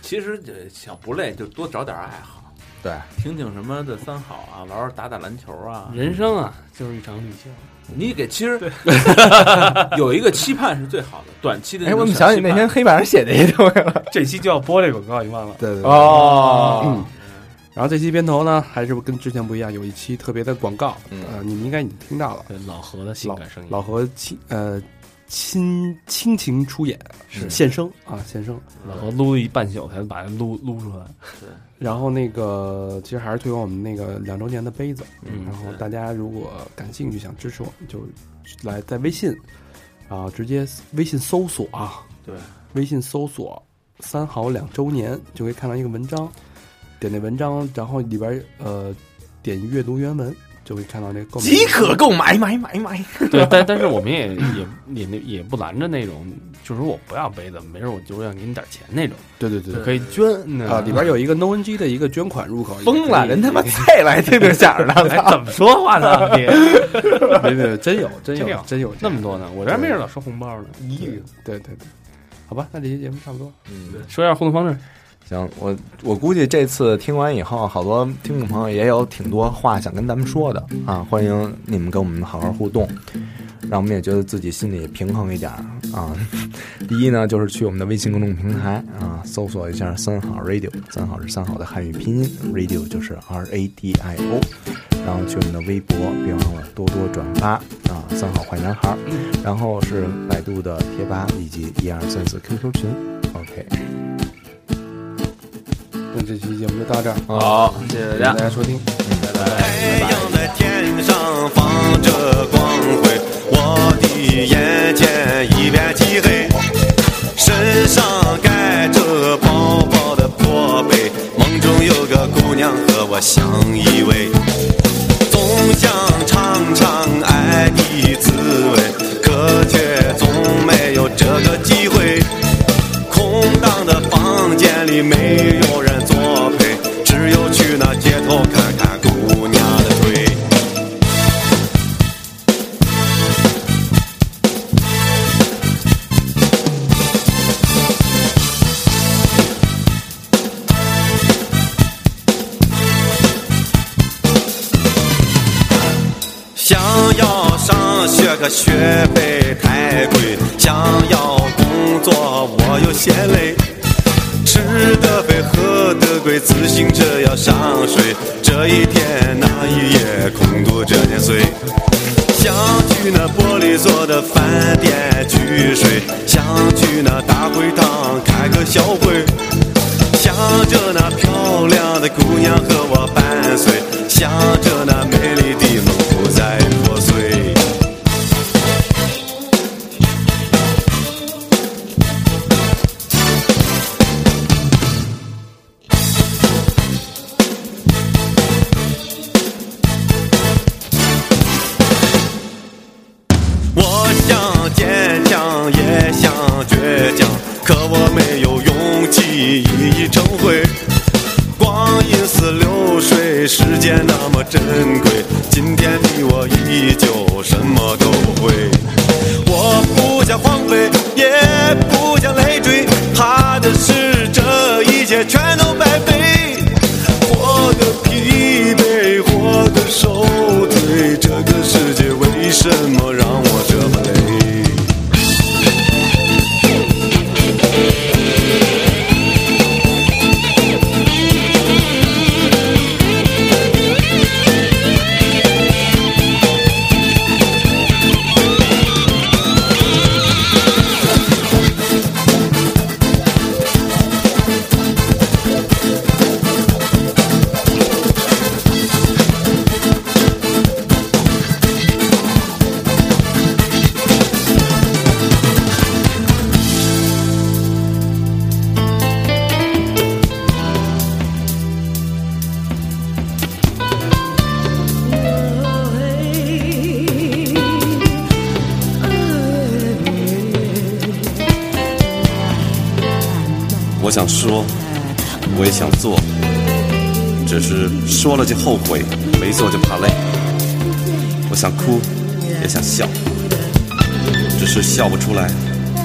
其实呃想不累就多找点爱好，
对，
听听什么的三好啊，玩玩打打篮球啊。
人生啊，就是一场旅行。
你给其实 有一个期盼是最好的，短期的。
哎，我怎么想起那天？黑板上写的一东西了？
这期就要播这广告，你忘了？
对对对。
哦，
然后这期片头呢，还是跟之前不一样，有一期特别的广告，
嗯
呃，你们应该已经听到了，
对老何的性感声音，
老何亲呃亲亲情出演，
是
现声啊现声。
老何撸一半宿才把它撸撸出来。
然后那个其实还是推广我们那个两周年的杯子，
嗯
然后大家如果感兴趣想支持我们，就来在微信啊直接微信搜索啊，
对，
微信搜索“三好两周年”就可以看到一个文章，点那文章，然后里边儿呃点阅读原文，就可以看到那个购买
即可购买，买买买，
对，但但是我们也也也那也不拦着那种，就是说我不要杯子，没事我就是想给你点钱那种，
对对对
就
对
可以捐呢
啊，里边有一个 NoNG 的一个捐款入口，
疯了，人
家
他妈再来听听响儿 了，
哎，怎么说话呢？你
没有没有真有真
真
有
有
真有这
那
样
么多呢？ 我这儿没人老收红包呢。咦，
对对对，好吧，那这期节目差不多，
嗯。
说一下互动方式，
行，我我估计这次听完以后，好多听众朋友也有挺多话想跟咱们说的啊，欢迎你们跟我们好好互动，让我们也觉得自己心里平衡一点儿啊。第一呢，就是去我们的微信公众平台啊，搜索一下“三好 radio”，三好是三好的汉语拼音，radio 就是 R A D I O，然后去我们的微博，别忘了多多转发啊，三好坏男孩儿，然后是百度的贴吧以及一二三四 QQ 群，OK。
那这期节目就到这儿，
好，谢谢大
谢谢
家
大。家收听。
太阳在天上放着光辉，我的眼前一片漆黑，身上盖着薄薄的破被，梦中有个姑娘和我相依偎，总想尝尝爱的滋味，可却总没有这个机会。空荡的房间里没有人作陪，只有去那街头看看姑娘的腿。想要上学，可学费太贵；想要工作，我又嫌累。吃得肥，喝得贵，自行车要上税。这一天，那一夜，空度这年岁。想去那玻璃做的饭店去
雨水，想去那大会堂开个小会，想着那漂亮的姑娘和我伴随，想着那美丽的梦不再破碎。我想坚强，也想倔强，可我没有勇气一一成灰。光阴似流水，时间那么珍贵，今天的我依旧什么都不会。我不想荒废，也不想累赘，怕的是这一切全都白费。活得疲惫，活得受罪，这个世界为什么让我这么累？我想说，我也想做，只是说了就后悔，没做就怕累。我想哭，也想笑，只是笑不出来，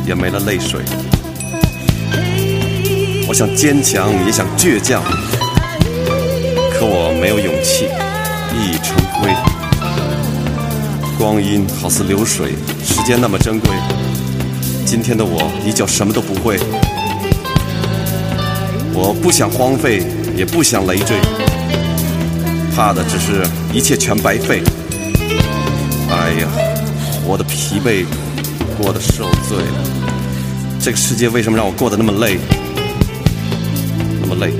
也没了泪水。我想坚强，也想倔强，可我没有勇气，一一成灰。光阴好似流水，时间那么珍贵，今天的我依旧什么都不会。我不想荒废，也不想累赘，怕的只是一切全白费。哎呀，活得疲惫，过得受罪，这个世界为什么让我过得那么累，那么累？